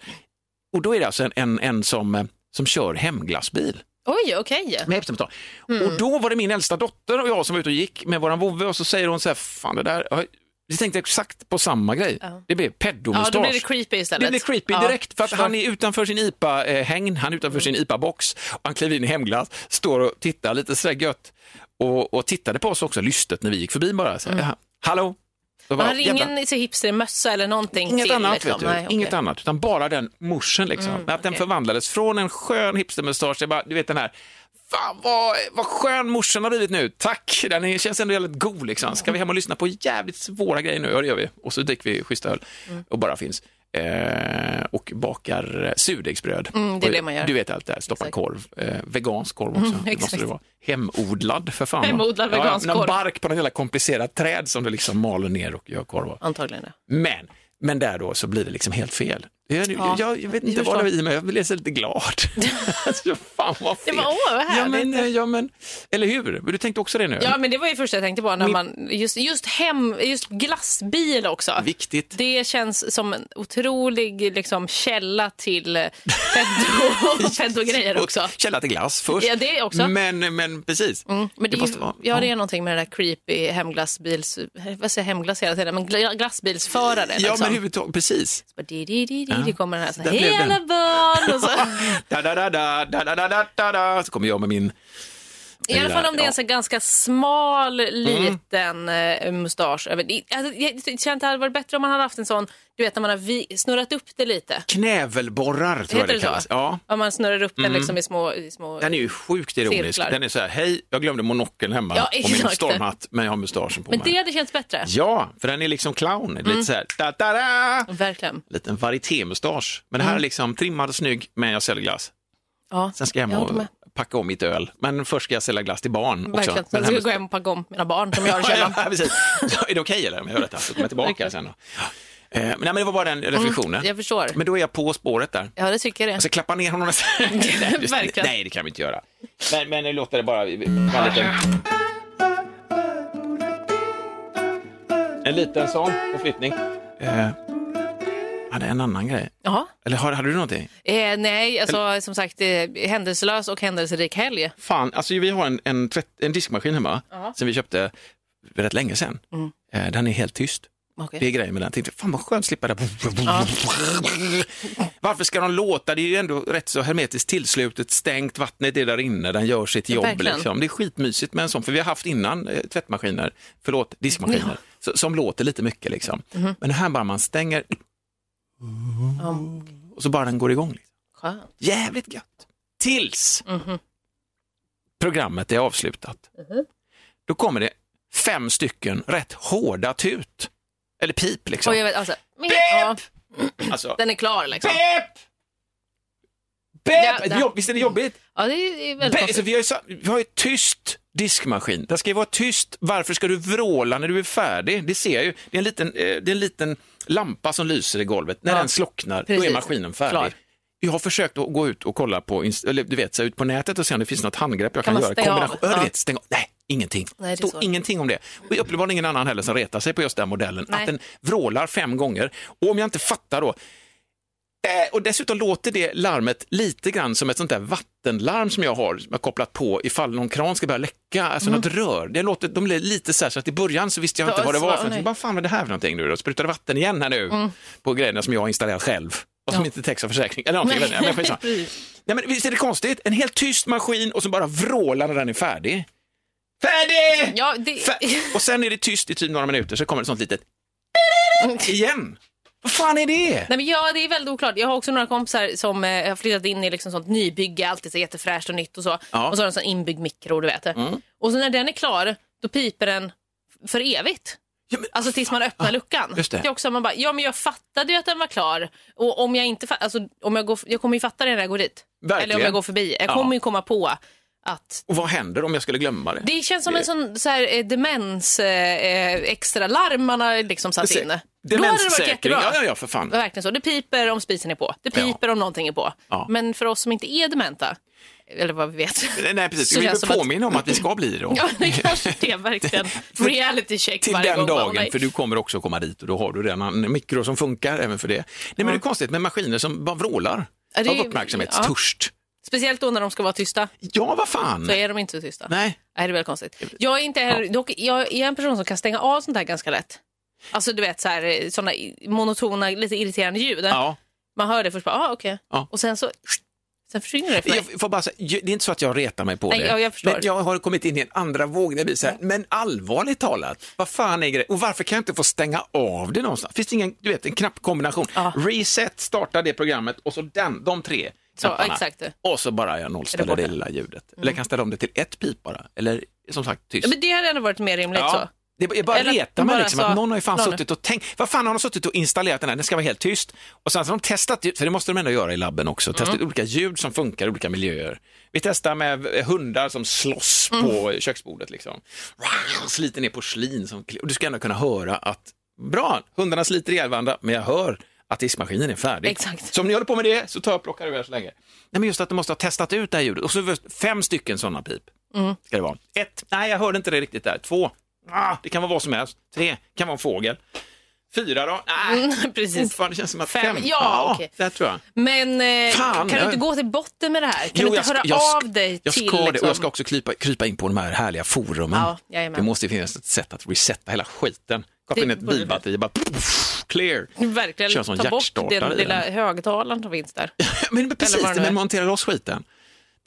Speaker 2: Och då är det alltså en, en, en som, eh, som kör hemglassbil
Speaker 1: Oj, okej.
Speaker 2: med hipstermustasch.
Speaker 1: Mm.
Speaker 2: Och då var det min äldsta dotter och jag som var ute och gick med våran vovve och så säger hon så här, fan det där, ja, vi tänkte exakt på samma grej.
Speaker 1: Ja.
Speaker 2: Det blev pedomustasch.
Speaker 1: Ja, då blir det creepy istället.
Speaker 2: Det blir creepy
Speaker 1: Ja,
Speaker 2: direkt för att
Speaker 1: förstår. Mm.
Speaker 2: han är utanför sin IPA-hägn, han är utanför sin IPA-box och han kliver in i hemglass, står och tittar lite sådär gött och, och tittade på oss också lystet när vi gick förbi bara.
Speaker 1: Mm.
Speaker 2: Så, här, "Jaha, Hallå? Så
Speaker 1: Man
Speaker 2: bara,
Speaker 1: har
Speaker 2: "Jävlar."
Speaker 1: ingen så hipster mössa eller någonting
Speaker 2: Inget
Speaker 1: till.
Speaker 2: annat,
Speaker 1: liksom.
Speaker 2: vet du.
Speaker 1: Nej, okej. Mm,
Speaker 2: Inget annat, utan bara den morsen liksom. att den
Speaker 1: okej.
Speaker 2: förvandlades från en skön hipstermustasch till bara, du vet den här, fan vad, vad skön morsen har blivit nu, tack, den är, känns ändå jävligt god liksom. Ska vi hem och lyssna på jävligt svåra grejer nu? Ja, det gör vi. Och så dricker vi schyssta öl
Speaker 1: Mm.
Speaker 2: och bara finns. Eh, och bakar eh, surdegsbröd.
Speaker 1: Mm, det är
Speaker 2: Och
Speaker 1: det man gör.
Speaker 2: Du vet allt det här, stoppa
Speaker 1: Exakt. Mm,
Speaker 2: korv, eh, vegansk korv också. det måste
Speaker 1: exakt.
Speaker 2: det vara. Hemodlad för fan. va?
Speaker 1: Hemodlad vegansk
Speaker 2: Någon
Speaker 1: korv.
Speaker 2: bark på något jävla komplicerat träd som du liksom maler ner och gör korv av.
Speaker 1: Antagligen det.
Speaker 2: Men, men där då så blir det liksom helt fel. Jag,
Speaker 1: Ja,
Speaker 2: jag, jag vet inte
Speaker 1: jag
Speaker 2: vad det var i mig, jag blev så lite glad. alltså, fan vad fel.
Speaker 1: Det var, åh, vad
Speaker 2: ja, men,
Speaker 1: härligt.
Speaker 2: eh, ja, men, eller hur? Men Du tänkte också det nu?
Speaker 1: Ja, men det var ju det första jag tänkte på. När
Speaker 2: Min-
Speaker 1: man, just, just hem, just glassbil också.
Speaker 2: Viktigt.
Speaker 1: Det känns som en otrolig liksom, källa till eh, pedo- pedogrejer också.
Speaker 2: Och Källa till glass först.
Speaker 1: Ja, det också.
Speaker 2: Men, men precis.
Speaker 1: Mm, men det,
Speaker 2: Det
Speaker 1: är
Speaker 2: måste
Speaker 1: ju,
Speaker 2: vara-
Speaker 1: ja, det
Speaker 2: ja.
Speaker 1: är någonting med den där creepy hemglassbils... eh, Vad säger jag, hemglass hela tiden? Men gla- glassbilsförare.
Speaker 2: Ja,
Speaker 1: liksom.
Speaker 2: men huvudtaget, precis.
Speaker 1: Bara di, di, di, di,
Speaker 2: Ja.
Speaker 1: Det kommer den här så här,
Speaker 2: Där blev
Speaker 1: hej
Speaker 2: den.
Speaker 1: alla barn! Och så.
Speaker 2: da, da, da, da, da, da, da, da, da, da. Så kommer jag med min...
Speaker 1: I alla
Speaker 2: Eller,
Speaker 1: fall om det är
Speaker 2: ja. Mm.
Speaker 1: en så här ganska smal liten eh, mustasch. över- det- Alltså, jag känner att det hade varit bättre om man hade haft en sån, du vet när man har vi, snurrat upp det lite.
Speaker 2: Knävelborrar, tror
Speaker 1: Heter
Speaker 2: jag det
Speaker 1: det så?
Speaker 2: kallas. Ja. Mm.
Speaker 1: Om man snurrar upp den liksom i små... I små
Speaker 2: Den är ju sjukt ironisk.
Speaker 1: Cirklar.
Speaker 2: Den är så här, hej, jag glömde monokeln hemma
Speaker 1: Ja,
Speaker 2: och min
Speaker 1: exakt.
Speaker 2: stormhatt, men jag har mustaschen på
Speaker 1: men
Speaker 2: mig.
Speaker 1: det hade känts bättre.
Speaker 2: Ja, för den är liksom clown. Det är
Speaker 1: Mm.
Speaker 2: Lite så här, da, da, da.
Speaker 1: Verkligen.
Speaker 2: Liten varietémustasch. Men det
Speaker 1: Mm.
Speaker 2: här är liksom trimmad och snygg, men jag säljer glass.
Speaker 1: Ja.
Speaker 2: Sen ska jag hem
Speaker 1: Jag håller
Speaker 2: och
Speaker 1: med.
Speaker 2: packa om mitt öl. Men först ska jag sälja glass till barn också.
Speaker 1: Verkligen. Sen
Speaker 2: Den
Speaker 1: ska
Speaker 2: här
Speaker 1: jag gå hem och packa om mina barn som jag har i
Speaker 2: Ja,
Speaker 1: källaren.
Speaker 2: ja, precis. Så, Är det okej eller? Om jag gör detta så kommer jag tillbaka sen. Då. Eh, men, nej, men det var bara den reflektionen.
Speaker 1: Mm, jag förstår.
Speaker 2: Men Alltså- då är jag på spåret där.
Speaker 1: Ja, det tycker jag
Speaker 2: Jag
Speaker 1: det.
Speaker 2: ska klappa ner honom nästan. nej, just-
Speaker 1: Verkligen.
Speaker 2: nej, det kan vi inte göra. Men, men låt det bara... bara en, liten... en liten sån förflyttning. Eh, hade en annan grej.
Speaker 1: Jaha.
Speaker 2: Eller har- hade du någonting?
Speaker 1: Eh, nej, alltså som sagt, eh, händelselös och händelserik helg.
Speaker 2: Fan, alltså vi har en, en, tvätt, en diskmaskin hemma som vi köpte för rätt länge sedan. Eh, den är helt tyst.
Speaker 1: Okej.
Speaker 2: Det är grejen med den. Tänkte, fan vad skönt att slippa det. här. Varför ska de låta? Det är ju ändå rätt så hermetiskt tillslutet, stängt, vattnet är där inne, den gör sitt jobb.
Speaker 1: Verkligen.
Speaker 2: Liksom. Det är skitmysigt med en sån, för vi har haft innan eh, tvättmaskiner, förlåt, diskmaskiner, så, som låter lite mycket. Liksom.
Speaker 1: Mhm.
Speaker 2: Men här bara man stänger och så bara den går igång. Liksom.
Speaker 1: Skönt.
Speaker 2: Jävligt gött. Tills
Speaker 1: Mhm.
Speaker 2: programmet är avslutat. Då kommer det fem stycken rätt hårda tut. Eller pip liksom.
Speaker 1: Och jag vet, alltså, men, ja,
Speaker 2: Alltså,
Speaker 1: den är klar liksom.
Speaker 2: Pep!
Speaker 1: Ja,
Speaker 2: Pep!
Speaker 1: det-
Speaker 2: Jobb, visst är det jobbigt?
Speaker 1: Ja, det är det är väldigt
Speaker 2: Pep, alltså,
Speaker 1: konstigt.
Speaker 2: vi, har ju, sa- vi har ju tyst diskmaskin. Den ska ju vara tyst. Varför ska du vråla när du är färdig? Det ser jag ju. Det är en liten, eh, det är en liten lampa som lyser i golvet. När
Speaker 1: Ja.
Speaker 2: den slocknar, då är
Speaker 1: Precis.
Speaker 2: maskinen färdig.
Speaker 1: Klar.
Speaker 2: Jag har försökt att gå ut och kolla på, inst- eller du vet, så här, ut på nätet och se om det finns något handgrepp jag
Speaker 1: Kan
Speaker 2: kan,
Speaker 1: man
Speaker 2: göra.
Speaker 1: stänga av?
Speaker 2: Kombination- Ja, du
Speaker 1: Ja.
Speaker 2: vet, stäng av. Nej, ingenting.
Speaker 1: Nej, det är
Speaker 2: Står
Speaker 1: svårt.
Speaker 2: ingenting om det. Och uppenbarligen ingen annan heller som retar sig på just den modellen.
Speaker 1: Nej.
Speaker 2: Att den vrålar fem gånger. Och om jag inte fattar då, Eh, Och dessutom låter det larmet lite grann som ett sånt där vattenlarm som jag har, som jag har kopplat på ifall någon kran ska börja läcka, alltså något rör. Det låter, de blir lite så här, så att i början så visste jag
Speaker 1: Mm. Ja,
Speaker 2: inte vad det
Speaker 1: så-
Speaker 2: var
Speaker 1: åh,
Speaker 2: för någonting.
Speaker 1: nej. Mm.
Speaker 2: Bara, fan vad är det här för någonting nu då? Sprutar det vatten igen här nu på grejerna som jag har installerat själv och som inte täcks av försäkring eller någonting. Nej. Men, skitsamma. Nej, men visst är det konstigt? En helt tyst maskin och så bara vrålar när den är färdig. Färdig!
Speaker 1: Ja, det...
Speaker 2: Fär- och sen är det tyst i typ några minuter, så kommer ett sånt litet igen. Vad fan är det?
Speaker 1: Nej, men ja, det är väldigt oklart. Jag har också några kompisar som eh, har flyttat in i liksom sånt nybygge, alltid så jättefräscht och nytt och så.
Speaker 2: Ja. Mm.
Speaker 1: Och så har de sån inbyggd mikro, du vet. det. Och så när den är klar, då piper den f- för evigt.
Speaker 2: Ja, men-
Speaker 1: Alltså tills man öppnar luckan.
Speaker 2: Ah, just det.
Speaker 1: är också, man bara, ja men jag fattade ju att den var klar. Och om jag inte fa- alltså, om jag, går, jag kommer ju fatta det när jag går dit.
Speaker 2: Verkligen.
Speaker 1: Eller om jag går förbi. Jag
Speaker 2: Ja.
Speaker 1: kommer ju komma på att
Speaker 2: Och vad händer om jag skulle glömma det?
Speaker 1: det känns som en sån så här, eh, demens eh, eh, extra larm man har liksom satt
Speaker 2: Se-
Speaker 1: in. Då hade det varit
Speaker 2: Demenssäkring,
Speaker 1: jättebra.
Speaker 2: ja, ja, ja för fan.
Speaker 1: Det var verkligen så. Det piper om spisen är på. Det piper om någonting är på.
Speaker 2: Ja.
Speaker 1: Men för oss som inte är dementa, eller vad vi vet.
Speaker 2: Nej, nej precis,
Speaker 1: Så
Speaker 2: vi
Speaker 1: känns
Speaker 2: vill
Speaker 1: det som
Speaker 2: påminna om att vi ska bli det då.
Speaker 1: Ja, det kanske det är verkligen. Reality check
Speaker 2: Till
Speaker 1: varje
Speaker 2: den
Speaker 1: gång. Bara,
Speaker 2: dagen,
Speaker 1: nej.
Speaker 2: för du kommer också komma dit och då har du redan en mikro som funkar även för det. Nej, men det är konstigt med maskiner som bara vrålar
Speaker 1: Ja, det är-
Speaker 2: av uppmärksamhetstörst.
Speaker 1: Speciellt då när de ska vara tysta,
Speaker 2: Ja. vad fan.
Speaker 1: så är de inte så tysta.
Speaker 2: Nej.
Speaker 1: Nej, det är väl konstigt. Jag är, inte heller, dock, jag är en person som kan stänga av sånt här ganska lätt. Alltså du vet så här, såna monotona, lite irriterande ljud.
Speaker 2: Ja.
Speaker 1: Man hör det först bara, ah, okej.
Speaker 2: Ja.
Speaker 1: Och sen så, sen försvinner det för mig.
Speaker 2: Jag får bara säga, ju- det är inte så att jag retar mig på
Speaker 1: Nej,
Speaker 2: det.
Speaker 1: ja, jag förstår.
Speaker 2: men jag har kommit in i en andra våg där det blir så här, men allvarligt talat, vad fan är grejen? Och varför kan jag inte få stänga av det någonstans? Finns det ingen, du vet, en knappkombination?
Speaker 1: Ja.
Speaker 2: Reset, starta det programmet och så den, de tre
Speaker 1: Så,
Speaker 2: knapparna.
Speaker 1: exakt.
Speaker 2: Och så bara jag
Speaker 1: Är det
Speaker 2: nollställer det,
Speaker 1: borta? Mm.
Speaker 2: lilla ljudet. Eller jag kan ställa om det till ett pip bara. Eller som sagt tyst.
Speaker 1: Ja, Men det hade ändå varit mer rimligt så.
Speaker 2: Ja. Det är bara
Speaker 1: Eller att
Speaker 2: reta mig
Speaker 1: bara
Speaker 2: liksom,
Speaker 1: sa-
Speaker 2: att någon har ju fan
Speaker 1: planer.
Speaker 2: suttit och tänkt, vad fan har de suttit och installerat den här, den ska vara helt tyst. Och sen så har de testat, för det måste de ändå göra i labben också, testat olika ljud som funkar i olika miljöer. Vi testar med eh, hundar som slåss på köksbordet liksom. Sliter ner porslin, som, och du ska ändå kunna höra att, bra, hundarna sliter ihjäl varandra, men jag hör att diskmaskinen är färdig.
Speaker 1: Exakt.
Speaker 2: Så om ni håller på med det så tar jag och plockar ur här så länge. Nej, men just att de måste ha testat ut det här ljudet. Och så fem stycken sådana pip. Ska det vara. Ett, nej jag hörde inte det riktigt där. Två, ah, det kan vara vad som helst. Tre, kan vara en fågel. Fyra då? Nej,
Speaker 1: Mm, precis.
Speaker 2: fortfarande känns som att
Speaker 1: Fem.
Speaker 2: fem.
Speaker 1: Ja, okej.
Speaker 2: där tror jag.
Speaker 1: Men eh,
Speaker 2: Fan,
Speaker 1: kan du
Speaker 2: jag-
Speaker 1: inte gå till botten med det här? Kan
Speaker 2: Jo,
Speaker 1: du
Speaker 2: jag
Speaker 1: inte
Speaker 2: ska-
Speaker 1: höra
Speaker 2: jag ska-
Speaker 1: av dig
Speaker 2: Jag ska
Speaker 1: till...
Speaker 2: det
Speaker 1: liksom-
Speaker 2: och jag ska också krypa, krypa in på de här härliga forumen.
Speaker 1: Ja, jajamän.
Speaker 2: det måste ju finnas ett sätt att resetta hela skiten. Koppla
Speaker 1: Det
Speaker 2: in ett
Speaker 1: borde Mm. vi.
Speaker 2: bilbatteri, bara poof, clear. Kör
Speaker 1: Verkligen
Speaker 2: som
Speaker 1: ta bort
Speaker 2: hjärtstartare
Speaker 1: den
Speaker 2: i
Speaker 1: lilla
Speaker 2: den.
Speaker 1: högtalaren som finns där.
Speaker 2: Men precis,
Speaker 1: vad det nu är.
Speaker 2: men montera loss skiten.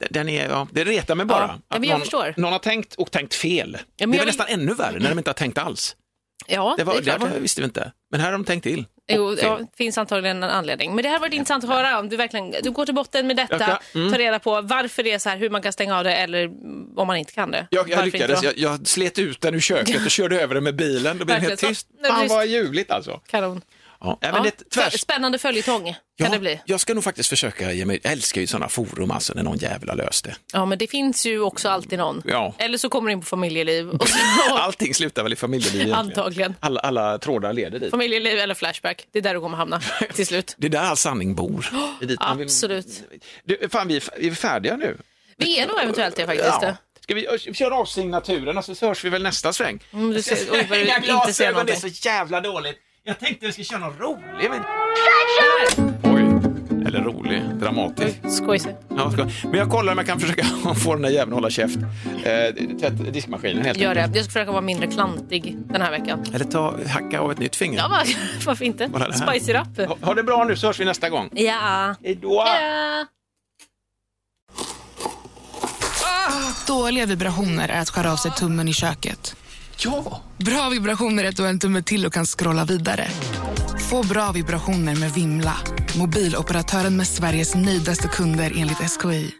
Speaker 2: Den- Den är, ja, det retar mig
Speaker 1: Ja,
Speaker 2: bara.
Speaker 1: ja,
Speaker 2: Att
Speaker 1: men jag
Speaker 2: någon,
Speaker 1: förstår.
Speaker 2: någon har tänkt och tänkt fel. det
Speaker 1: jag
Speaker 2: var
Speaker 1: vill-
Speaker 2: nästan ännu värre när de inte har tänkt alls.
Speaker 1: Ja,
Speaker 2: Det, var, det,
Speaker 1: är klart.
Speaker 2: var, visste vi inte. Men här har de tänkt till. Och
Speaker 1: Jo,
Speaker 2: fel.
Speaker 1: ja, det finns antagligen en anledning. Men det här har varit intressant att höra om. Du, verkligen, du går till botten med detta,
Speaker 2: Jag kan- mm.
Speaker 1: tar reda på varför det är så här, hur man kan stänga av det eller om man inte kan det.
Speaker 2: Jag, jag
Speaker 1: Varför
Speaker 2: lyckades,
Speaker 1: inte då?
Speaker 2: jag, jag slet ut den ur köket och körde över den med bilen. Då blev den helt
Speaker 1: Verkligen så.
Speaker 2: tyst.
Speaker 1: Nej,
Speaker 2: Fan
Speaker 1: precis.
Speaker 2: vad ljuvligt alltså.
Speaker 1: Kanon.
Speaker 2: Ja, nej, men det, tvärs,
Speaker 1: Spännande följetong kan
Speaker 2: ja,
Speaker 1: det bli.
Speaker 2: Jag ska nog faktiskt försöka ge mig, jag älskar ju sådana forum alltså när någon jävla löst det.
Speaker 1: Ja, men det finns ju också alltid någon.
Speaker 2: Ja.
Speaker 1: Eller så kommer du in på familjeliv. Och så,
Speaker 2: Allting slutar väl i familjeliv egentligen.
Speaker 1: Antagligen.
Speaker 2: Alla, alla trådar leder dit.
Speaker 1: familjeliv eller Flashback. Det är där du kommer hamna till slut.
Speaker 2: Det är där all sanning bor. Det är dit man vill-
Speaker 1: absolut.
Speaker 2: Du, fan, vi är f- är vi färdiga nu.
Speaker 1: Vi är nog eventuellt det faktiskt.
Speaker 2: Ja. Ska vi ö- köra av signaturen så hörs vi väl nästa sväng?
Speaker 1: Mm, du ser, oj, vad du
Speaker 2: Inga
Speaker 1: inte ser
Speaker 2: glasögon, det
Speaker 1: någonting.
Speaker 2: är så jävla dåligt. Jag tänkte vi skulle köra någon rolig, men... Oj, eller rolig, dramatisk.
Speaker 1: Skojsigt.
Speaker 2: Ja, ska- men jag kollar om jag kan försöka få den där jäveln att hålla käft. Eh, tvätt diskmaskinen helt
Speaker 1: Gör det. Jag ska försöka vara mindre klantig den här veckan.
Speaker 2: Eller ta, hacka av ett nytt finger.
Speaker 1: Ja, va- varför inte?
Speaker 2: Bara det här.
Speaker 1: Spicy rap.
Speaker 2: Ha, ha det bra nu så hörs vi nästa gång.
Speaker 1: Ja.
Speaker 2: Hej då!
Speaker 1: ja.
Speaker 4: Dåliga vibrationer är att skära av sig tummen i köket.
Speaker 2: Ja!
Speaker 4: Bra vibrationer är att du har en tumme till och kan scrolla vidare. Få bra vibrationer med Vimla. Mobiloperatören med Sveriges nöjdaste kunder enligt SKI.